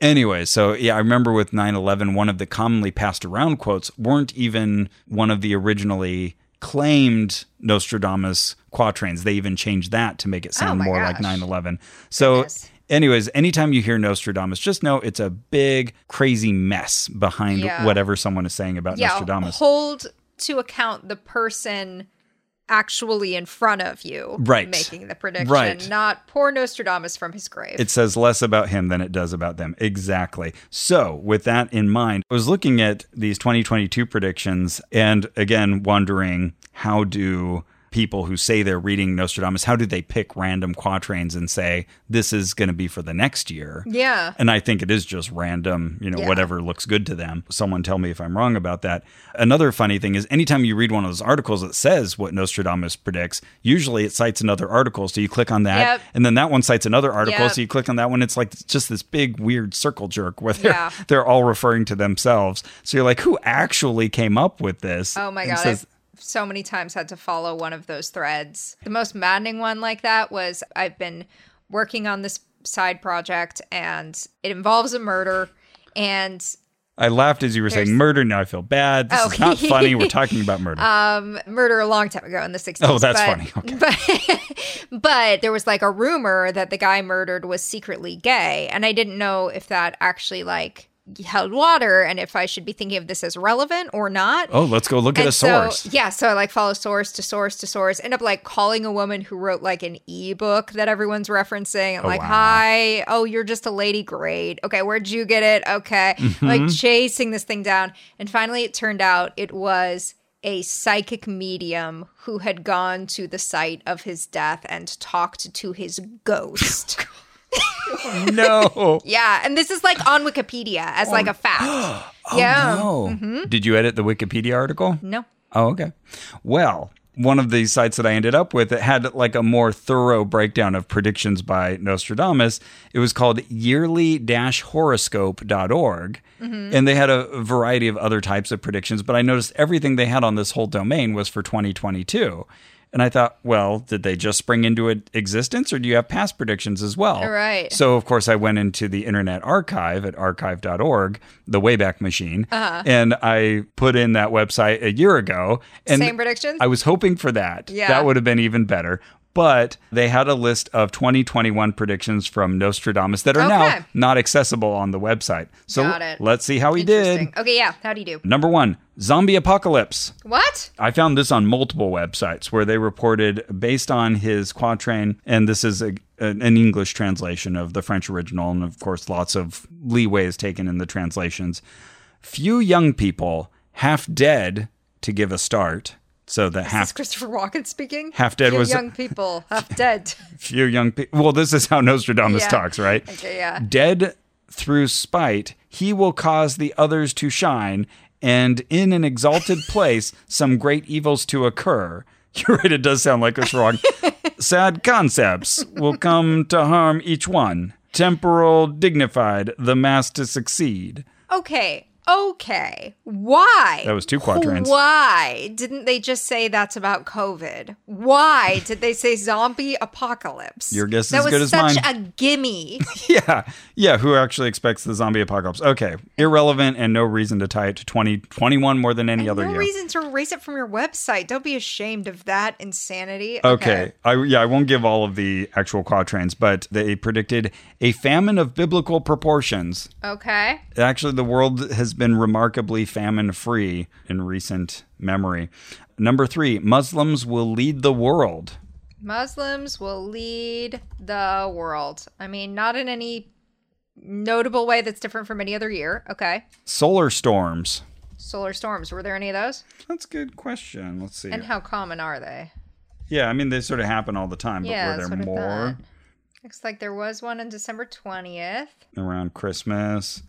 A: Anyway, so yeah, I remember with 9 11, one of the commonly passed around quotes weren't even one of the originally claimed Nostradamus quatrains. They even changed that to make it sound
B: Oh my
A: more like
B: gosh.
A: 9 11. So,
B: Goodness.
A: anyways, anytime you hear Nostradamus, just know it's a big, crazy mess behind
B: Yeah.
A: whatever someone is saying about
B: yeah,
A: Nostradamus.
B: hold to account the person actually in front of you
A: Right.
B: making the prediction,
A: Right.
B: not poor Nostradamus from his grave.
A: It says less about him than it does about them. Exactly. So, with that in mind, I was looking at these 2022 predictions and again wondering how do people who say they're reading Nostradamus, how do they pick random quatrains and say this is going to be for the next year?
B: yeah.
A: And I think it is just random, you know,
B: Yeah.
A: whatever looks good to them. Someone tell me if I'm wrong about that. Another funny thing is anytime you read one of those articles that says what Nostradamus predicts, usually it cites another article. So you click on that
B: Yep.
A: and then that one cites another article.
B: Yep.
A: So you click on that one. It's like just this big weird circle jerk where they're,
B: Yeah.
A: they're all referring to themselves. So you're like, who actually came up with this?
B: Oh my
A: And
B: god.
A: says-
B: I've so many times had to follow one of those threads. The most maddening one like that was I've been working on this side project and it involves a murder and
A: I laughed as you were saying
B: There's-
A: murder. Now I feel bad. This
B: Oh.
A: is not funny. We're talking about murder.
B: Um, murder a long time ago in the 60s.
A: Oh, that's
B: but,
A: funny. Okay.
B: But, but there was like a rumor that the guy murdered was secretly gay. And I didn't know if that actually like held water and if I should be thinking of this as relevant or not.
A: oh, let's go look at
B: and
A: a source.
B: So, yeah, so I like follow source to source to source. End up like calling a woman who wrote like an ebook that everyone's referencing. And like,
A: Oh, wow.
B: hi, oh, you're just a lady, great. Okay, where'd you get it? Okay,
A: Mm-hmm.
B: like chasing this thing down. And finally, it turned out it was a psychic medium who had gone to the site of his death and talked to his ghost.
A: no.
B: yeah, and this is like on Wikipedia as like a fact. yeah, Mm-hmm.
A: Oh, did you edit the Wikipedia article?
B: no.
A: Oh, okay. Well, one of the sites that I ended up with, it had like a more thorough breakdown of predictions by Nostradamus. It was called yearly horoscope.org.
B: Mm-hmm.
A: And they had a variety of other types of predictions, but I noticed everything they had on this whole domain was for 2022. And I thought, well, did they just spring into it- existence or do you have past predictions as well?
B: Right.
A: So, of course, I went into the Internet Archive at archive.org, the Wayback Machine,
B: Uh-huh.
A: and I put in that website a year ago. And
B: Same predictions?
A: I was hoping for that.
B: Yeah.
A: That would have been even better. But they had a list of 2021 predictions from Nostradamus that are
B: Okay.
A: now not accessible on the website. So
B: Got it.
A: let's see how he did.
B: Interesting. Okay, yeah. How do you do?
A: Number one, zombie apocalypse.
B: What?
A: I found this on multiple websites where they reported based on his quatrain, and this is a, an an English translation of the French original, and of course, lots of leeway is taken in the translations. Few young people, half dead to give a start. So the
B: Is this
A: half
B: Christopher Walken speaking?
A: Half dead
B: Few
A: was-
B: young people, half dead.
A: few young people. Well, this is how Nostradamus
B: Yeah.
A: talks, right?
B: Okay, yeah.
A: Dead through spite, he will cause the others to shine, and in an exalted place, some great evils to occur. You're right, it does sound like it's wrong. Sad concepts will come to harm each one. Temporal, dignified, the mass to succeed.
B: Okay, okay. Why?
A: That was two quadrants.
B: Why didn't they just say that's about COVID? Why did they say zombie apocalypse?
A: Your guess is
B: that
A: as
B: was
A: good as
B: such
A: mine.
B: a gimme.
A: Yeah. Yeah. Who actually expects the zombie apocalypse? Okay. Irrelevant and no reason to tie it to 2021 more than any other
B: no
A: year.
B: reason to erase it from your website. Don't be ashamed of that insanity.
A: Okay. I yeah, I won't give all of the actual quatrains, but they predicted a famine of biblical proportions.
B: Okay.
A: Actually, the world has been remarkably famine-free in recent memory. Number 3, Muslims will lead the world.
B: Muslims will lead the world. I mean, not in any notable way that's different from any other year. Okay.
A: Solar storms.
B: Solar storms, were there any of those?
A: That's a good question. Let's see.
B: And how common are they?
A: yeah, I mean they sort of happen all the time, but
B: Yeah,
A: were
B: that's
A: there
B: what I
A: more
B: Looks like there was one on December 20th.
A: around Christmas?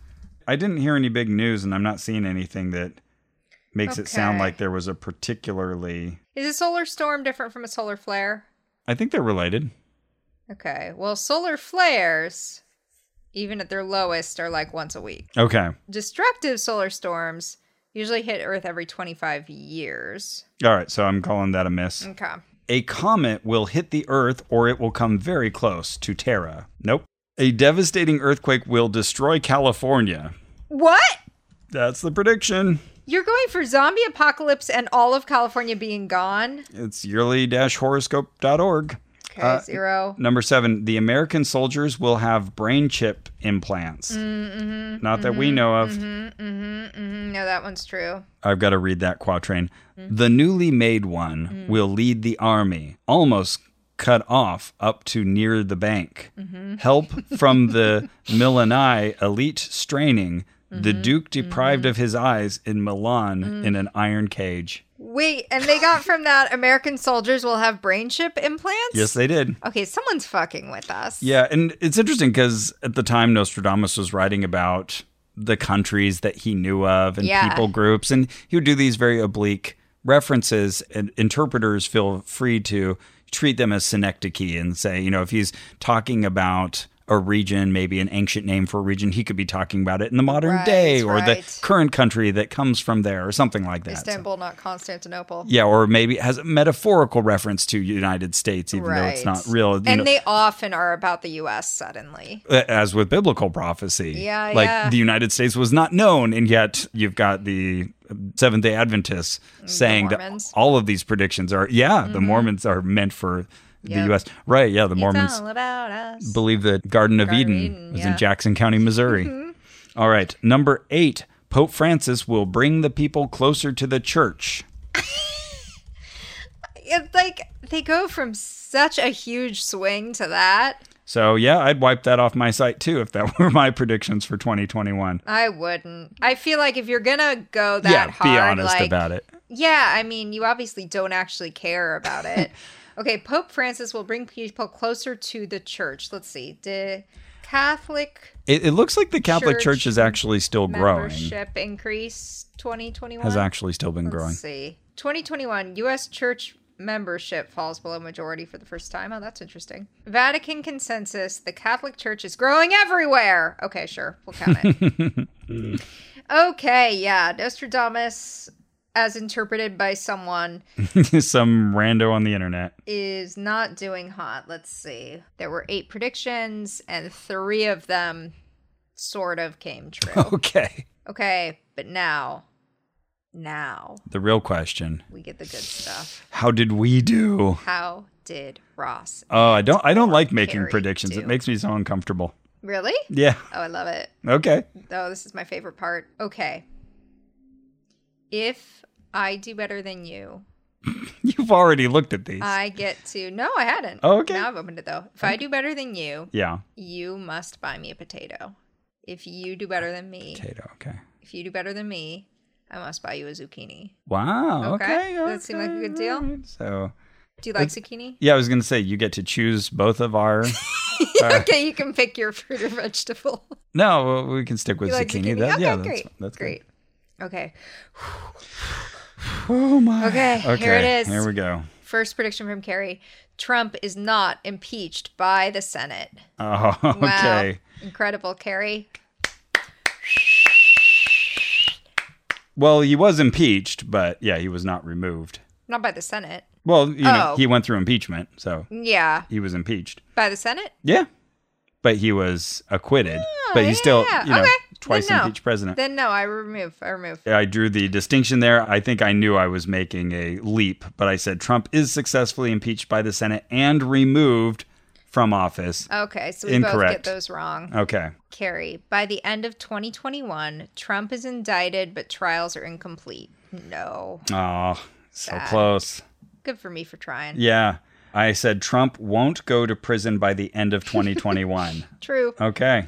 A: I didn't hear any big news and I'm not seeing anything that makes it sound
B: Okay.
A: like there was a particularly
B: Is a solar storm different from a solar flare?
A: I think they're related.
B: Okay. Well, solar flares, even at their lowest, are like once a week.
A: Okay.
B: Destructive solar storms usually hit Earth every 25 years.
A: All right, so I'm calling that a miss.
B: Okay.
A: A comet will hit the Earth or it will come very close to Terra. Nope. A devastating earthquake will destroy California.
B: What?
A: That's the prediction.
B: You're going for zombie apocalypse and all of California being gone?
A: It's yearly horoscope.org.
B: Okay, zero.
A: Number seven, the American soldiers will have brain chip implants. Not that we know of.
B: Mm, No, that one's true.
A: I've got to read that quatrain. The newly made one will lead the army, almost cut off up to near the bank. Help from the Milanai elite straining, the Duke deprived of his eyes in Milan in an iron cage.
B: Wait, and they got from that American soldiers will have brain chip implants?
A: Yes, they did.
B: Okay, someone's fucking with us.
A: Yeah, and it's interesting because at the time Nostradamus was writing about the countries that he knew of and
B: Yeah.
A: people groups, and he would do these very oblique references, and interpreters feel free to treat them as synecdoche and say, you know, if he's talking about a region, maybe an ancient name for a region, he could be talking about it in the modern
B: Right,
A: day or
B: right.
A: the current country that comes from there or something like that. So-
B: Istanbul, not Constantinople.
A: yeah, or maybe it has a metaphorical reference to United States, even though it's not real. you
B: and
A: know.
B: they often are about the U.S. suddenly.
A: as with biblical prophecy.
B: Yeah,
A: like
B: yeah.
A: the United States was not known, and yet you've got the Seventh Day Adventists saying that
B: Mm, Mormons. Mm-hmm.
A: all of these predictions are yeah, the Mormons are meant for
B: Yep.
A: the U.S. Right? Yeah, the
B: It's
A: Mormons
B: all about us.
A: believe that Garden of
B: Garden of
A: Eden,
B: Eden,
A: was
B: yeah. Mm-hmm.
A: in Jackson County, Missouri. All right, number eight. Pope Francis will bring the people closer to the church.
B: It's like they go from such a huge swing to that.
A: So yeah, I'd wipe that off my site too if that were my predictions for 2021.
B: I wouldn't. I feel like if you're gonna go that
A: yeah,
B: hard,
A: be honest
B: like,
A: about it.
B: Yeah, I mean, you obviously don't actually care about it. okay, Pope Francis will bring people closer to the church. Let's see. The Catholic
A: It, it looks like the Catholic
B: Church
A: Church, is actually still growing.
B: membership increase 2021
A: Has actually still been growing.
B: Let's see. 2021 U.S. church membership falls below majority for the first time. Oh, that's interesting. Vatican consensus: the Catholic Church is growing everywhere. Okay, sure, we'll count it. okay, yeah, Nostradamus, as interpreted by someone,
A: Some rando on the internet.
B: is not doing hot. Let's see. There were eight predictions, and three of them sort of came true.
A: Okay.
B: okay, but now, now
A: The real question:
B: we get the good stuff.
A: How did we do?
B: How did Ross?
A: Oh, I don't. I don't like making
B: Carrie
A: predictions.
B: do?
A: It makes me so uncomfortable.
B: Really?
A: Yeah.
B: Oh, I love it.
A: Okay.
B: Oh, this is my favorite part. Okay. If I do better than you,
A: You've already looked at these.
B: I get to. No, I hadn't.
A: Oh, okay.
B: Now I've opened it though. If I do better than you,
A: yeah.
B: you must buy me a potato. If you do better than me,
A: Potato. Okay.
B: if you do better than me, I must buy you a zucchini.
A: Wow.
B: Okay.
A: Okay.
B: Does that seem like a
A: okay,
B: good deal?
A: alright. So
B: Do you like zucchini?
A: yeah, I was gonna say you get to choose both of our.
B: okay, you can pick your fruit or vegetable.
A: no, we can stick with
B: You like
A: zucchini.
B: zucchini?
A: That-
B: okay,
A: yeah, that's-
B: great.
A: That's, good.
B: great. Okay.
A: Oh my.
B: Okay, here it is.
A: Here we go.
B: First prediction from Carrie Trump is not impeached by the Senate.
A: Oh, okay.
B: Wow. Incredible, Carrie.
A: Well, he was impeached, but yeah, he was not removed.
B: Not by the Senate.
A: Well, you know,
B: Oh.
A: he went through impeachment, so
B: Yeah.
A: he was impeached.
B: By the Senate?
A: Yeah. But he was acquitted. but he's still,
B: Oh, yeah.
A: you know,
B: Okay.
A: twice
B: Then no.
A: impeached president.
B: Then no, I remove. I remove.
A: I drew the distinction there. I think I knew I was making a leap, but I said Trump is successfully impeached by the Senate and removed from office.
B: Okay, so we both get
A: Incorrect.
B: those wrong.
A: Okay.
B: Carrie, by the end of 2021, Trump is indicted, but trials are incomplete. No.
A: Oh, so close.
B: Good for me for trying.
A: Yeah. I said Trump won't go to prison by the end of 2021.
B: True.
A: okay.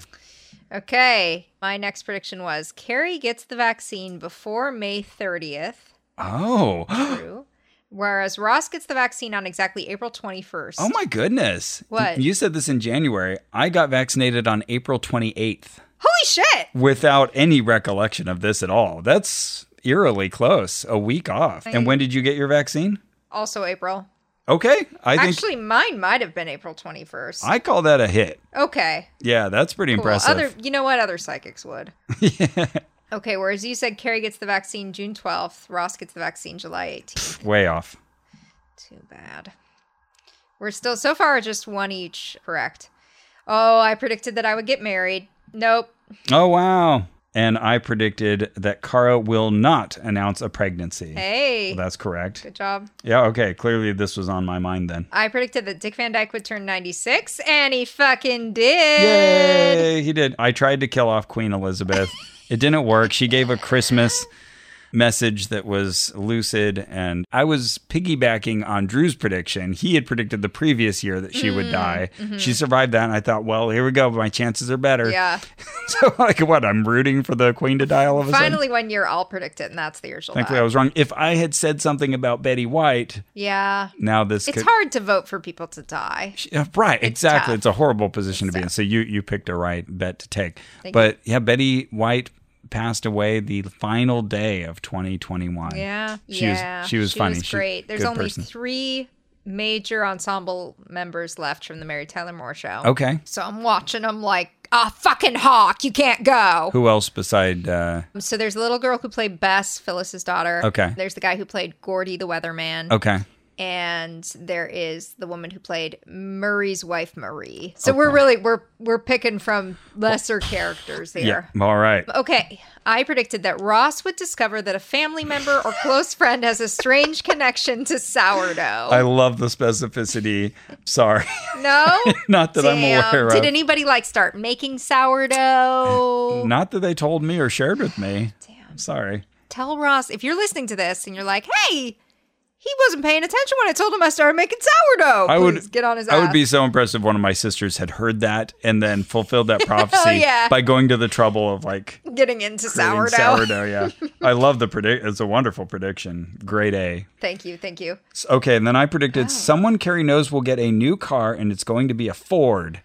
B: Okay. My next prediction was Carrie gets the vaccine before May 30th.
A: Oh.
B: True. Whereas Ross gets the vaccine on exactly April 21st.
A: Oh my goodness.
B: What?
A: You said this in January. I got vaccinated on April 28th
B: Holy shit!
A: without any recollection of this at all. That's eerily close, a week off. And when did you get your vaccine?
B: Also April.
A: Okay. I think
B: Actually, mine might have been April 21st.
A: I call that a hit.
B: okay.
A: Yeah, that's pretty
B: Cool.
A: impressive.
B: Other, you know what? Other psychics would. Okay. Whereas you said Carrie gets the vaccine June 12th, Ross gets the vaccine July 18th.
A: Way off.
B: Too bad. We're still so far just one each correct. Oh, I predicted that I would get married. Nope.
A: Oh wow. and I predicted that Kara will not announce a pregnancy.
B: Hey,
A: Well, that's correct.
B: good job.
A: Yeah, okay. Clearly, this was on my mind then.
B: I predicted that Dick Van Dyke would turn 96, and he fucking did.
A: Yay, he did. I tried to kill off Queen Elizabeth. it didn't work. She gave a Christmas message that was lucid, and I was piggybacking on Drew's prediction. He had predicted the previous year that she
B: Mm,
A: would die. She survived that, and I thought, well, here we go. My chances are better.
B: mm-hmm. Yeah.
A: so, like, what? I'm rooting for the Queen to die all of a sudden.
B: Finally, uh, one year I'll predict it, and that's the year she'll
A: Thankfully,
B: die.
A: I was wrong. If I had said something about Betty White,
B: Yeah.
A: now this
B: It's
A: could.
B: hard to vote for people to die.
A: Yeah, right, exactly.
B: tough.
A: It's a horrible position to be in. So you you picked a right bet to take.
B: Thank
A: but yeah, Betty White passed away the final day of 2021.
B: Yeah.
A: She
B: yeah.
A: was she was funny.
B: was great. There's
A: good
B: only
A: person.
B: three major ensemble members left from the Mary Tyler Moore show.
A: Okay.
B: So I'm watching them like, ah, fucking hawk, you can't go.
A: Who else beside uh
B: So there's a little girl who played Bess, Phyllis's daughter.
A: Okay. Oh.
B: There's the guy who played Gordy the weatherman.
A: Okay.
B: And there is the woman who played Murray's wife, Marie. So we're really we're we're picking from lesser characters
A: Yeah.
B: here.
A: All right.
B: Okay, I predicted that Ross would discover that a family member or close friend has a strange connection to sourdough.
A: I love the specificity. Sorry.
B: no,
A: Not that I'm
B: Damn.
A: aware
B: Did
A: of.
B: anybody like start making sourdough?
A: Not that they told me or shared with me. Damn. Sorry.
B: tell Ross if you're listening to this and you're like, "Hey, he wasn't paying attention when I told him I started making sourdough."
A: I
B: Please
A: would
B: get on his.
A: I would
B: ass.
A: be so impressed if one of my sisters had heard that and then fulfilled that prophecy
B: Oh, yeah.
A: by going to the trouble of like
B: getting into
A: creating
B: sourdough.
A: sourdough, yeah. I love the predict. It's a wonderful prediction. Grade A.
B: thank you, thank you.
A: S- Okay, and then I predicted someone Carrie knows will get a new car, and it's going to be a Ford.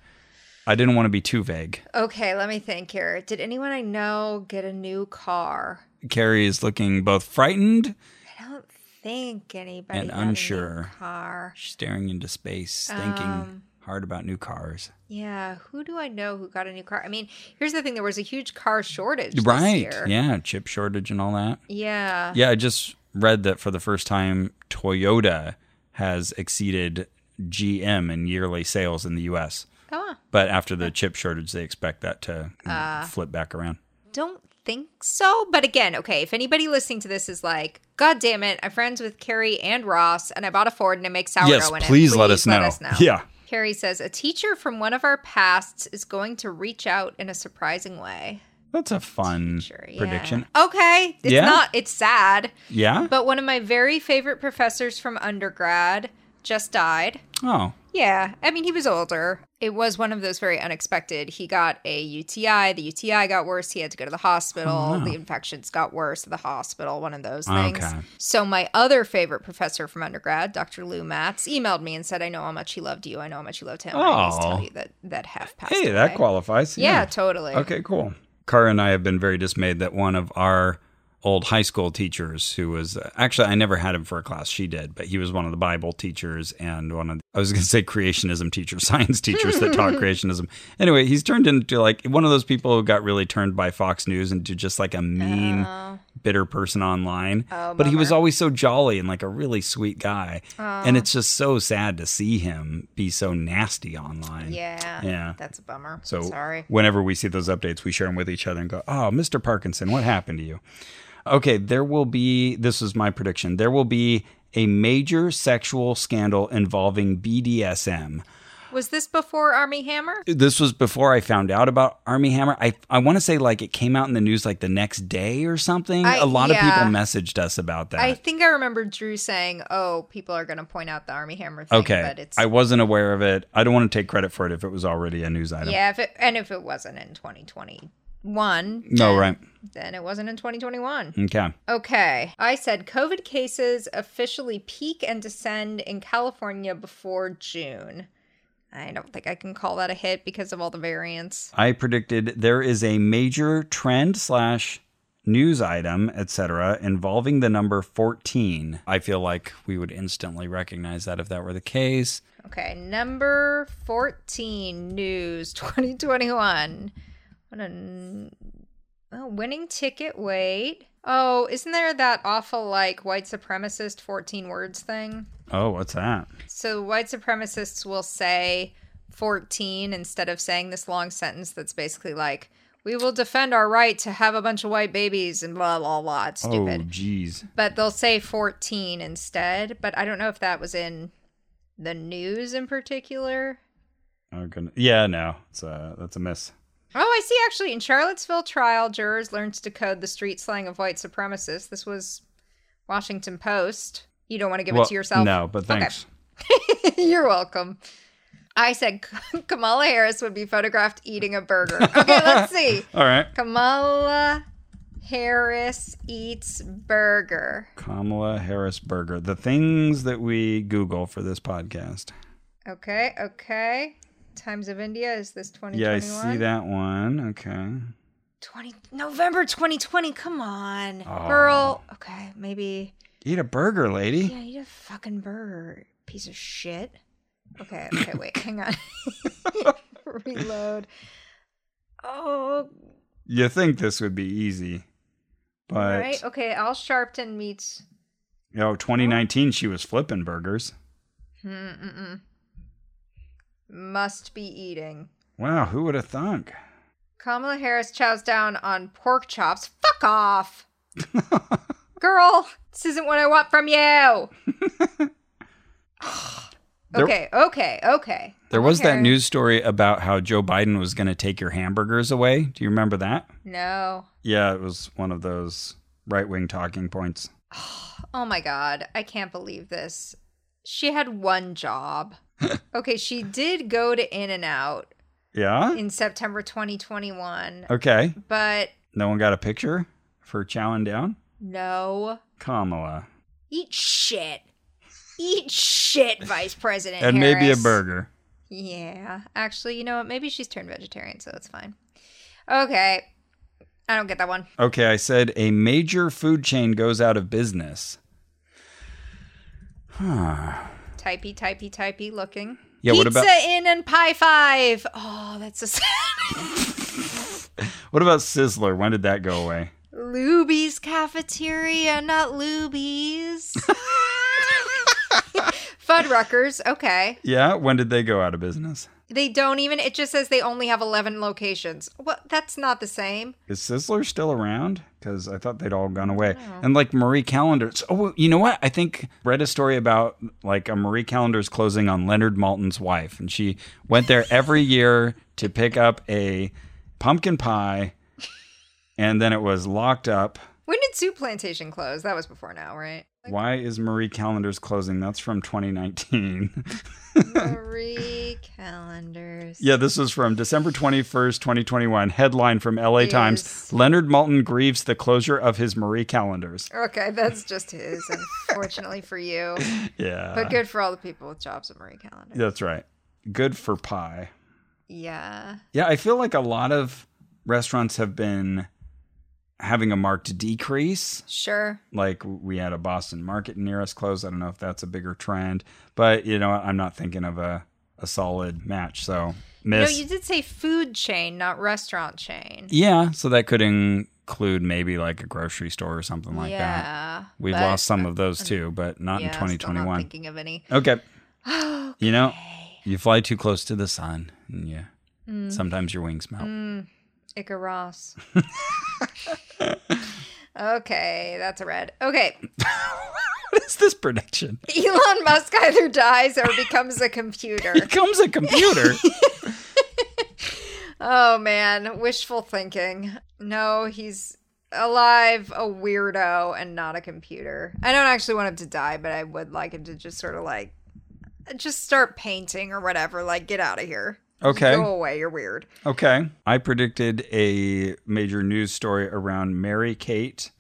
A: I didn't want to be too vague.
B: Okay, let me think here. Did anyone I know get a new car?
A: Carrie is looking both frightened,
B: I don't think anybody.
A: And
B: had a new
A: unsure.
B: car.
A: staring into space, thinking hard about new cars.
B: Yeah, who do I know who got a new car? I mean, here's the thing: there was a huge car shortage. this
A: Right?
B: year.
A: Yeah, chip shortage and all that.
B: Yeah.
A: Yeah, I just read that for the first time, Toyota has exceeded GM in yearly sales in the U.S.
B: Come on.
A: But after the chip shortage, they expect that to
B: Uh,
A: mm, flip back around.
B: don't think so. But again, okay, if anybody listening to this is like, God damn it, I'm friends with Carrie and Ross, and I bought a Ford and I make sourdough
A: Yes,
B: in it.
A: please let us know. Yeah.
B: Carrie says, a teacher from one of our pasts is going to reach out in a surprising way.
A: That's a fun
B: Sure, yeah.
A: prediction.
B: Okay. It's
A: Yeah.
B: not, it's sad.
A: Yeah.
B: But one of my very favorite professors from undergrad just died.
A: oh,
B: Yeah, I mean, he was older. It was one of those very unexpected. He got a UTI. The UTI got worse. He had to go to the hospital. The infections got worse at the hospital, one of those things.
A: Oh, Okay.
B: So, my other favorite professor from undergrad, Dr. Lou Matz, emailed me and said, I know how much he loved you. I know how much you loved him. I always
A: Oh.
B: tell you that, that half passed.
A: hey, that
B: away."
A: qualifies.
B: Yeah, totally.
A: Okay, cool. Cara and I have been very dismayed that one of our old high school teachers, who was actually, I never had him for a class, she did, but he was one of the Bible teachers and one of, I was going to say creationism teachers, science teachers that taught creationism. Anyway, he's turned into like one of those people who got really turned by Fox News into just like a
B: Uh,
A: mean,
B: Oh,
A: bitter person online. but he was always so jolly and like a really sweet guy. And it's just so sad to see him be so nasty online.
B: Yeah.
A: Yeah.
B: That's a bummer.
A: So
B: sorry.
A: whenever we see those updates, we share them with each other and go, "Oh, Mr. Parkinson, what happened to you?" Okay, there will be this is my prediction. There will be a major sexual scandal involving BDSM.
B: Was this before Army Hammer?
A: This was before I found out about Army Hammer. I I want to say like it came out in the news like the next day or something.
B: I-
A: A lot
B: yeah.
A: of people messaged us about that.
B: I think I remember Drew saying, "Oh, people are going to point out the Army Hammer thing."
A: okay.
B: but it's
A: I wasn't aware of it. I don't want to take credit for it if it was already a news item.
B: Yeah, if it, and if it wasn't in 2021,
A: No, right.
B: then it wasn't in 2021.
A: Okay.
B: Okay. I said COVID cases officially peak and descend in California before June. I don't think I can call that a hit because of all the variants.
A: I predicted there is a major trend slash news item, etc., involving the number 14. I feel like we would instantly recognize that if that were the case.
B: Okay, number 14 news 2021. What a n- oh, winning ticket wait. Oh, isn't there that awful like white supremacist 14 words thing?
A: Oh, what's that?
B: So white supremacists will say 14 instead of saying this long sentence that's basically like, we will defend our right to have a bunch of white babies and blah blah blah. It's
A: Oh,
B: stupid.
A: geez.
B: But they'll say 14 instead. But I don't know if that was in the news in particular.
A: Oh, goodness. Yeah, no, it's uh, that's a miss.
B: Oh, I see. Actually, in Charlottesville trial, jurors learned to decode the street slang of white supremacists. This was Washington Post. You don't want to give
A: Well,
B: it to yourself.
A: No, but
B: Okay.
A: thanks.
B: You're welcome. I said Kamala Harris would be photographed eating a burger. Okay, let's see.
A: All right.
B: Kamala Harris eats burger.
A: Kamala Harris Burger. The things that we Google for this podcast.
B: Okay, okay. Times of India is this 2021?
A: Yeah, I see that one. Okay.
B: 20 November 2020. Come on,
A: Oh.
B: girl. Okay, maybe
A: Eat a burger, lady.
B: Yeah, eat a fucking burger, piece of shit. Okay, okay, wait, hang on. Reload. Oh,
A: You think this would be easy, but
B: right. oh. Okay, Al Sharpton meets.
A: you know, 2019 she was flipping burgers.
B: Mm-mm-mm. Must be eating.
A: Wow, who would have thunk?
B: Kamala Harris chows down on pork chops. Fuck off, girl. This isn't what I want from you.
A: There-
B: okay, okay, okay.
A: There was that
B: Okay.
A: news story about how Joe Biden was going to take your hamburgers away. Do you remember that?
B: No.
A: Yeah, it was one of those right wing talking points.
B: Oh my god, I can't believe this. She had one job. okay, she did go to In and Out
A: Yeah.
B: in September 2021,
A: Okay.
B: but
A: No one got a picture for chowing down?
B: no.
A: Kamala.
B: Eat shit. Eat shit, Vice President.
A: And maybe a
B: Harris.
A: burger.
B: Yeah. Actually, you know what? Maybe she's turned vegetarian, so it's fine. Okay. I don't get that one.
A: Okay, I said a major food chain goes out of business. Huh.
B: Typey, typey, typey looking.
A: Yeah,
B: Pizza
A: what about
B: Inn and Pie Five. Oh, that's a sad.
A: what about Sizzler? When did that go away?
B: Luby's cafeteria, not Luby's. Fuddruckers, okay.
A: Yeah, when did they go out of business?
B: They don't even, it just says they only have 11 locations. What? That's not the same.
A: Is Sizzler still around? Because I thought they'd all gone away. And like Marie Callender's. Oh, you know what? I think read a story about like a Marie Callender's closing on Leonard Malton's wife, and she went there every year to pick up a pumpkin pie, and then it was locked up.
B: When did Soup Plantation close? That was before now, right?
A: Why is Marie Callender's closing? That's from 2019.
B: Marie Calendars.
A: yeah, this was from December 21st, 2021. Headline from LA Times
B: Jeez.
A: Leonard Malton grieves the closure of his Marie Calendars.
B: Okay, that's just his, unfortunately for you.
A: Yeah.
B: But good for all the people with jobs at Marie Calendar. Yeah.
A: That's right. Good for pie. Yeah, I feel like a lot of restaurants have been having a marked decrease.
B: Sure.
A: Like we had a Boston market near us close. I don't know if that's a bigger trend, but you know, I'm not thinking of a, a solid match. So miss.
B: No, you did say food chain, not restaurant chain.
A: Yeah, so that could include maybe like a grocery store or something like that.
B: yeah.
A: We've
B: but-
A: lost some of those too, but not in
B: Yeah, I'm still not
A: 2021.
B: thinking of any. Hmm,
A: Okay. You know, you fly too close to the sun, and you
B: Mm.
A: sometimes your wings melt.
B: Icaros. okay, that's a red. Okay.
A: What is this prediction?
B: Elon Musk either dies or becomes a computer.
A: Becomes a computer.
B: Oh man, wishful thinking. No, he's alive, a weirdo, and not a computer. I don't actually want him to die, but I would like him to just sort of like just start painting or whatever. Like, get out of here. Go
A: okay.
B: away, you're weird.
A: Okay. I predicted a major news story around Mary Kate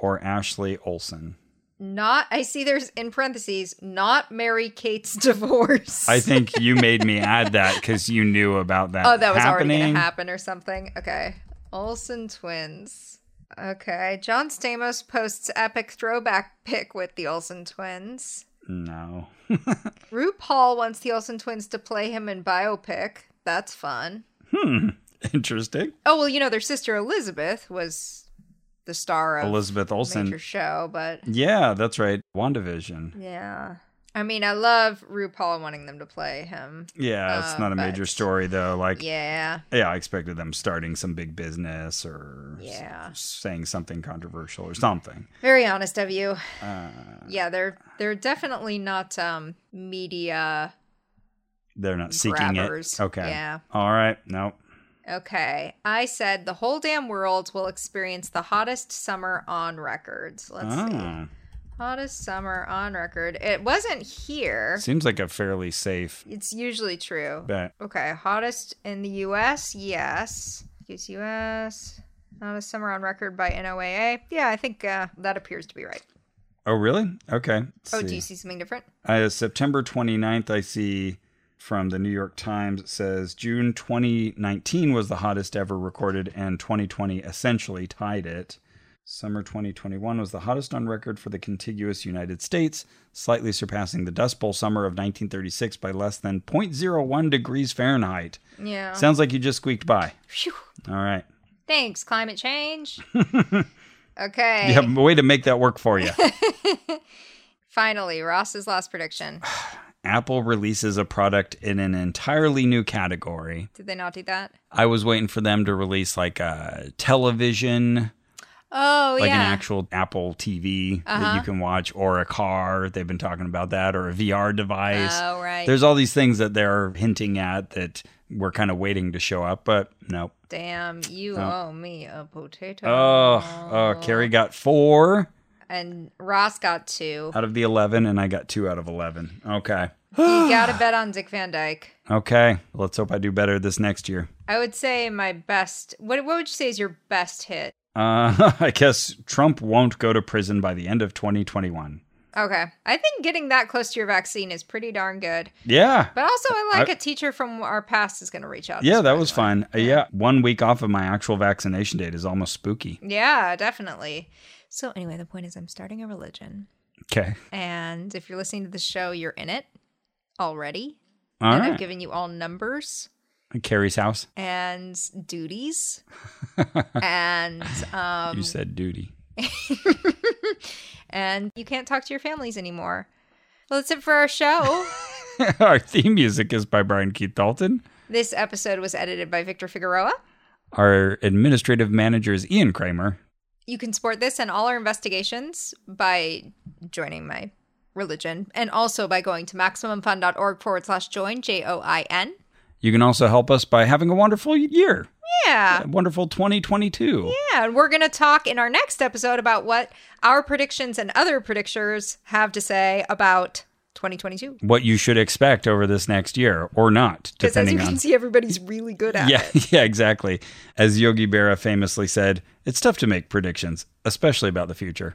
A: or Ashley Olson.
B: Not I see there's in parentheses, not Mary Kate's divorce.
A: I think you made me add that because you knew about that.
B: Oh, that was already
A: happening.
B: going to happen or something. Okay. Olsen twins. Okay. John Stamos posts epic throwback pic with the Olsen twins.
A: No.
B: RuPaul wants the Olsen twins to play him in biopic. That's fun.
A: Hmm. Interesting.
B: Oh, well, you know, their sister Elizabeth was the star of
A: Elizabeth
B: major
A: Olsen.
B: show, but
A: Yeah, that's right. WandaVision.
B: yeah. I mean, I love RuPaul wanting them to play him.
A: Yeah, it's
B: Uh,
A: not a
B: but-
A: major story though. Like, yeah.
B: Yeah.
A: I expected them starting some big business or s-
B: Yeah.
A: saying something controversial or something.
B: Very honest of you.
A: Uh,
B: Yeah, they're they're definitely not um media
A: they're not seeking
B: grabbers.
A: it. Okay.
B: Yeah.
A: All right. Nope.
B: Okay. I said the whole damn world will experience the hottest summer on record. So Let's see.
A: Oh,
B: Hottest summer on record. It wasn't here.
A: seems like a fairly safe
B: It's usually true.
A: bet.
B: Okay, hottest in the US? Yes. Use US. Hottest summer on record by NOAA. Yeah, I think uh, that appears to be right.
A: Oh, really? Okay. Let's
B: Oh,
A: see.
B: do you see something different?
A: Uh, September 29th, I see from the New York Times, it says June 2019 was the hottest ever recorded, and 2020 essentially tied it. Summer 2021 was the hottest on record for the contiguous United States, slightly surpassing the Dust Bowl summer of 1936 by less than 0.01 degrees Fahrenheit.
B: Yeah.
A: Sounds like you just squeaked by.
B: Phew.
A: All right.
B: Thanks, climate change. okay.
A: You have a way to make that work for you.
B: Finally, Ross's last prediction.
A: Apple releases a product in an entirely new category.
B: Did they not do that?
A: I was waiting for them to release like a television,
B: Oh,
A: like
B: yeah. Uh-huh.
A: an actual Apple TV that you can watch, or a car. They've been talking about that, or a VR device.
B: Oh, right.
A: There's all these things that they're hinting at that we're kind of waiting to show up, but nope.
B: Damn, you owe me a potato.
A: Oh, oh, Carrie got four
B: And Ross got two.
A: out of the 11, and I got two out of 11. Okay.
B: you got to bet on Dick Van Dyke.
A: Okay. Let's hope I do better this next year.
B: I would say my best. What what would you say is your best hit?
A: Uh, I guess Trump won't go to prison by the end of 2021.
B: Okay, I think getting that close to your vaccine is pretty darn good.
A: Yeah.
B: But also, I like
A: I-
B: a teacher from our past is going to reach out. to
A: Yeah,
B: us, by
A: that
B: the
A: was
B: way.
A: fun. Uh, yeah, one week off of my actual vaccination date is almost spooky.
B: Yeah, definitely. So anyway, the point is, I'm starting a religion,
A: Okay.
B: and if you're listening to the show, you're in it already.
A: All
B: and I've
A: right.
B: given you all numbers
A: Carrie's house.
B: and duties, and um,
A: you said duty.
B: and you can't talk to your families anymore. Well, that's it for our show.
A: Our theme music is by Brian Keith Dalton.
B: This episode was edited by Victor Figueroa.
A: Our administrative manager is Ian Kramer.
B: You can support this and all our investigations by joining my religion and also by going to MaximumFun.org forward slash join, J O I N.
A: You can also help us by having a wonderful year,
B: Yeah.
A: a wonderful 2022.
B: Yeah. And we're going to talk in our next episode about what our predictions and other predictors have to say about 2022.
A: What you should expect over this next year or not,
B: Because as
A: depending
B: you can
A: on.
B: see, everybody's really good at
A: Yeah,
B: it.
A: yeah, exactly. As Yogi Berra famously said, it's tough to make predictions, especially about the future.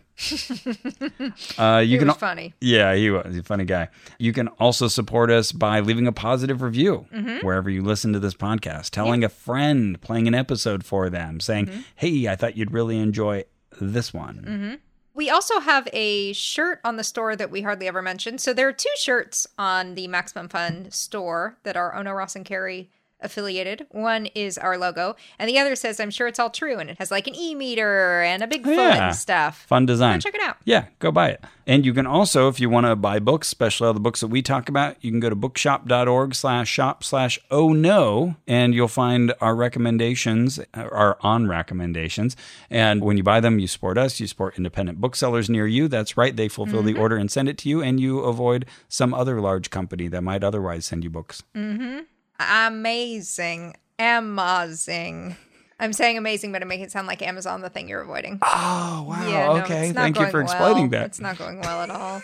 A: uh, you
B: It
A: can
B: was funny.
A: Yeah, he was. He's a funny guy. You can also support us by leaving a positive review
B: Mm-hmm.
A: wherever you listen to this podcast, telling a friend, playing an episode for them, saying,
B: Mm-hmm.
A: hey, I thought you'd really enjoy this one.
B: We also have a shirt on the store that we hardly ever mentioned. So there are two shirts on the Maximum Fun store that are Ono Ross and Carrie affiliated. One is our logo, and the other says, I'm sure it's all true. And it has like an e meter and a big foot
A: Oh, Yeah.
B: and stuff.
A: Fun design.
B: Check it out.
A: Yeah, go buy it. And you can also, if you want to buy books, especially all the books that we talk about, you can go to bookshop.org slash shop slash oh no, and you'll find our recommendations, uh, our on recommendations. And when you buy them, you support us, you support independent booksellers near you. That's right. They fulfill the order and send it to you, and you avoid some other large company that might otherwise send you books.
B: Mm. Amazing. Amazing. I'm saying amazing, but I make it sound like Amazon, the thing you're avoiding.
A: Oh, wow.
B: Yeah, no,
A: okay.
B: it's not
A: Thank you
B: going
A: for
B: well.
A: explaining that.
B: It's not going well at all.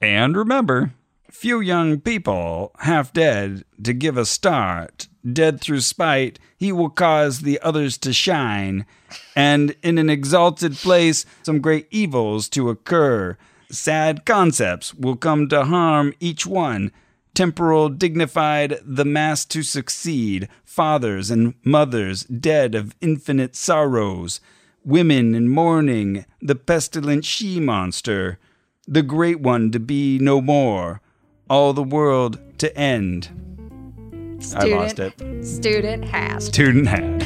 A: And remember, few young people, half dead, to give a start. Dead through spite, he will cause the others to shine. And in an exalted place, some great evils to occur. Sad concepts will come to harm each one. Temporal dignified, the mass to succeed. Fathers and mothers dead of infinite sorrows. Women in mourning, the pestilent she monster the great one to be no more, all the world to end. I lost it.
B: Student has.
A: Student had.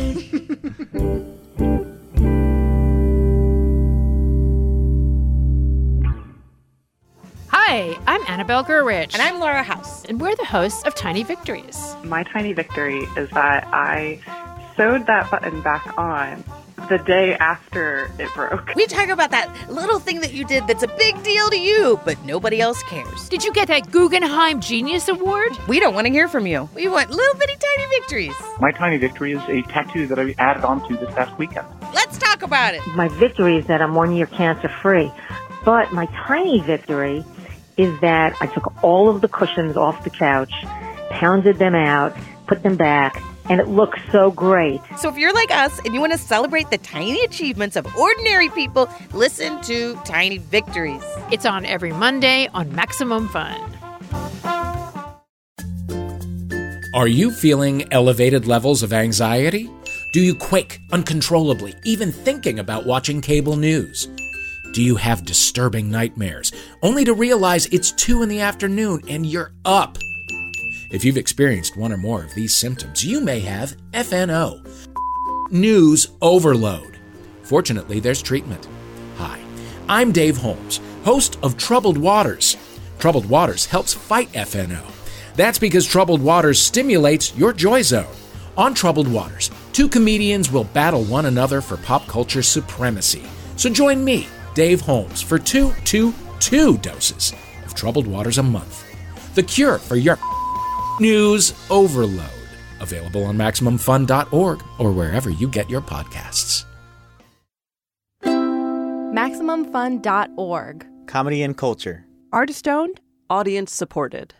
C: Hi, I'm I'm Annabelle Gurrich.
D: And I'm Laura House.
C: and we're the hosts of Tiny Victories.
E: My tiny victory is that I sewed that button back on the day after it broke.
D: We talk about that little thing that you did that's a big deal to you, but nobody else cares.
C: Did you get that Guggenheim Genius Award?
D: We don't want to hear from you. We want little bitty tiny victories.
F: My tiny victory is a tattoo that I added onto this past weekend.
D: Let's talk about it.
G: My victory is that I'm one year cancer free. But my tiny victory is that I took all of the cushions off the couch, pounded them out, put them back, and it looks so great.
D: So if you're like us and you want to celebrate the tiny achievements of ordinary people, listen to Tiny Victories.
C: It's on every Monday on Maximum Fun.
H: Are you feeling elevated levels of anxiety? Do you quake uncontrollably, even thinking about watching cable news? Do you have disturbing nightmares, only to realize it's 2 in the afternoon and you're up? If you've experienced one or more of these symptoms, you may have FNO, news overload. Fortunately, there's treatment. Hi, I'm Dave Holmes, host of Troubled Waters. Troubled Waters helps fight FNO. That's because Troubled Waters stimulates your joy zone. On Troubled Waters, two comedians will battle one another for pop culture supremacy. So join me, Dave Holmes, for two, two, two doses of Troubled Waters a month. The cure for your news overload. Available on MaximumFun.org or wherever you get your podcasts.
I: MaximumFun.org.
J: Comedy and culture.
I: Artist owned,
J: Audience supported.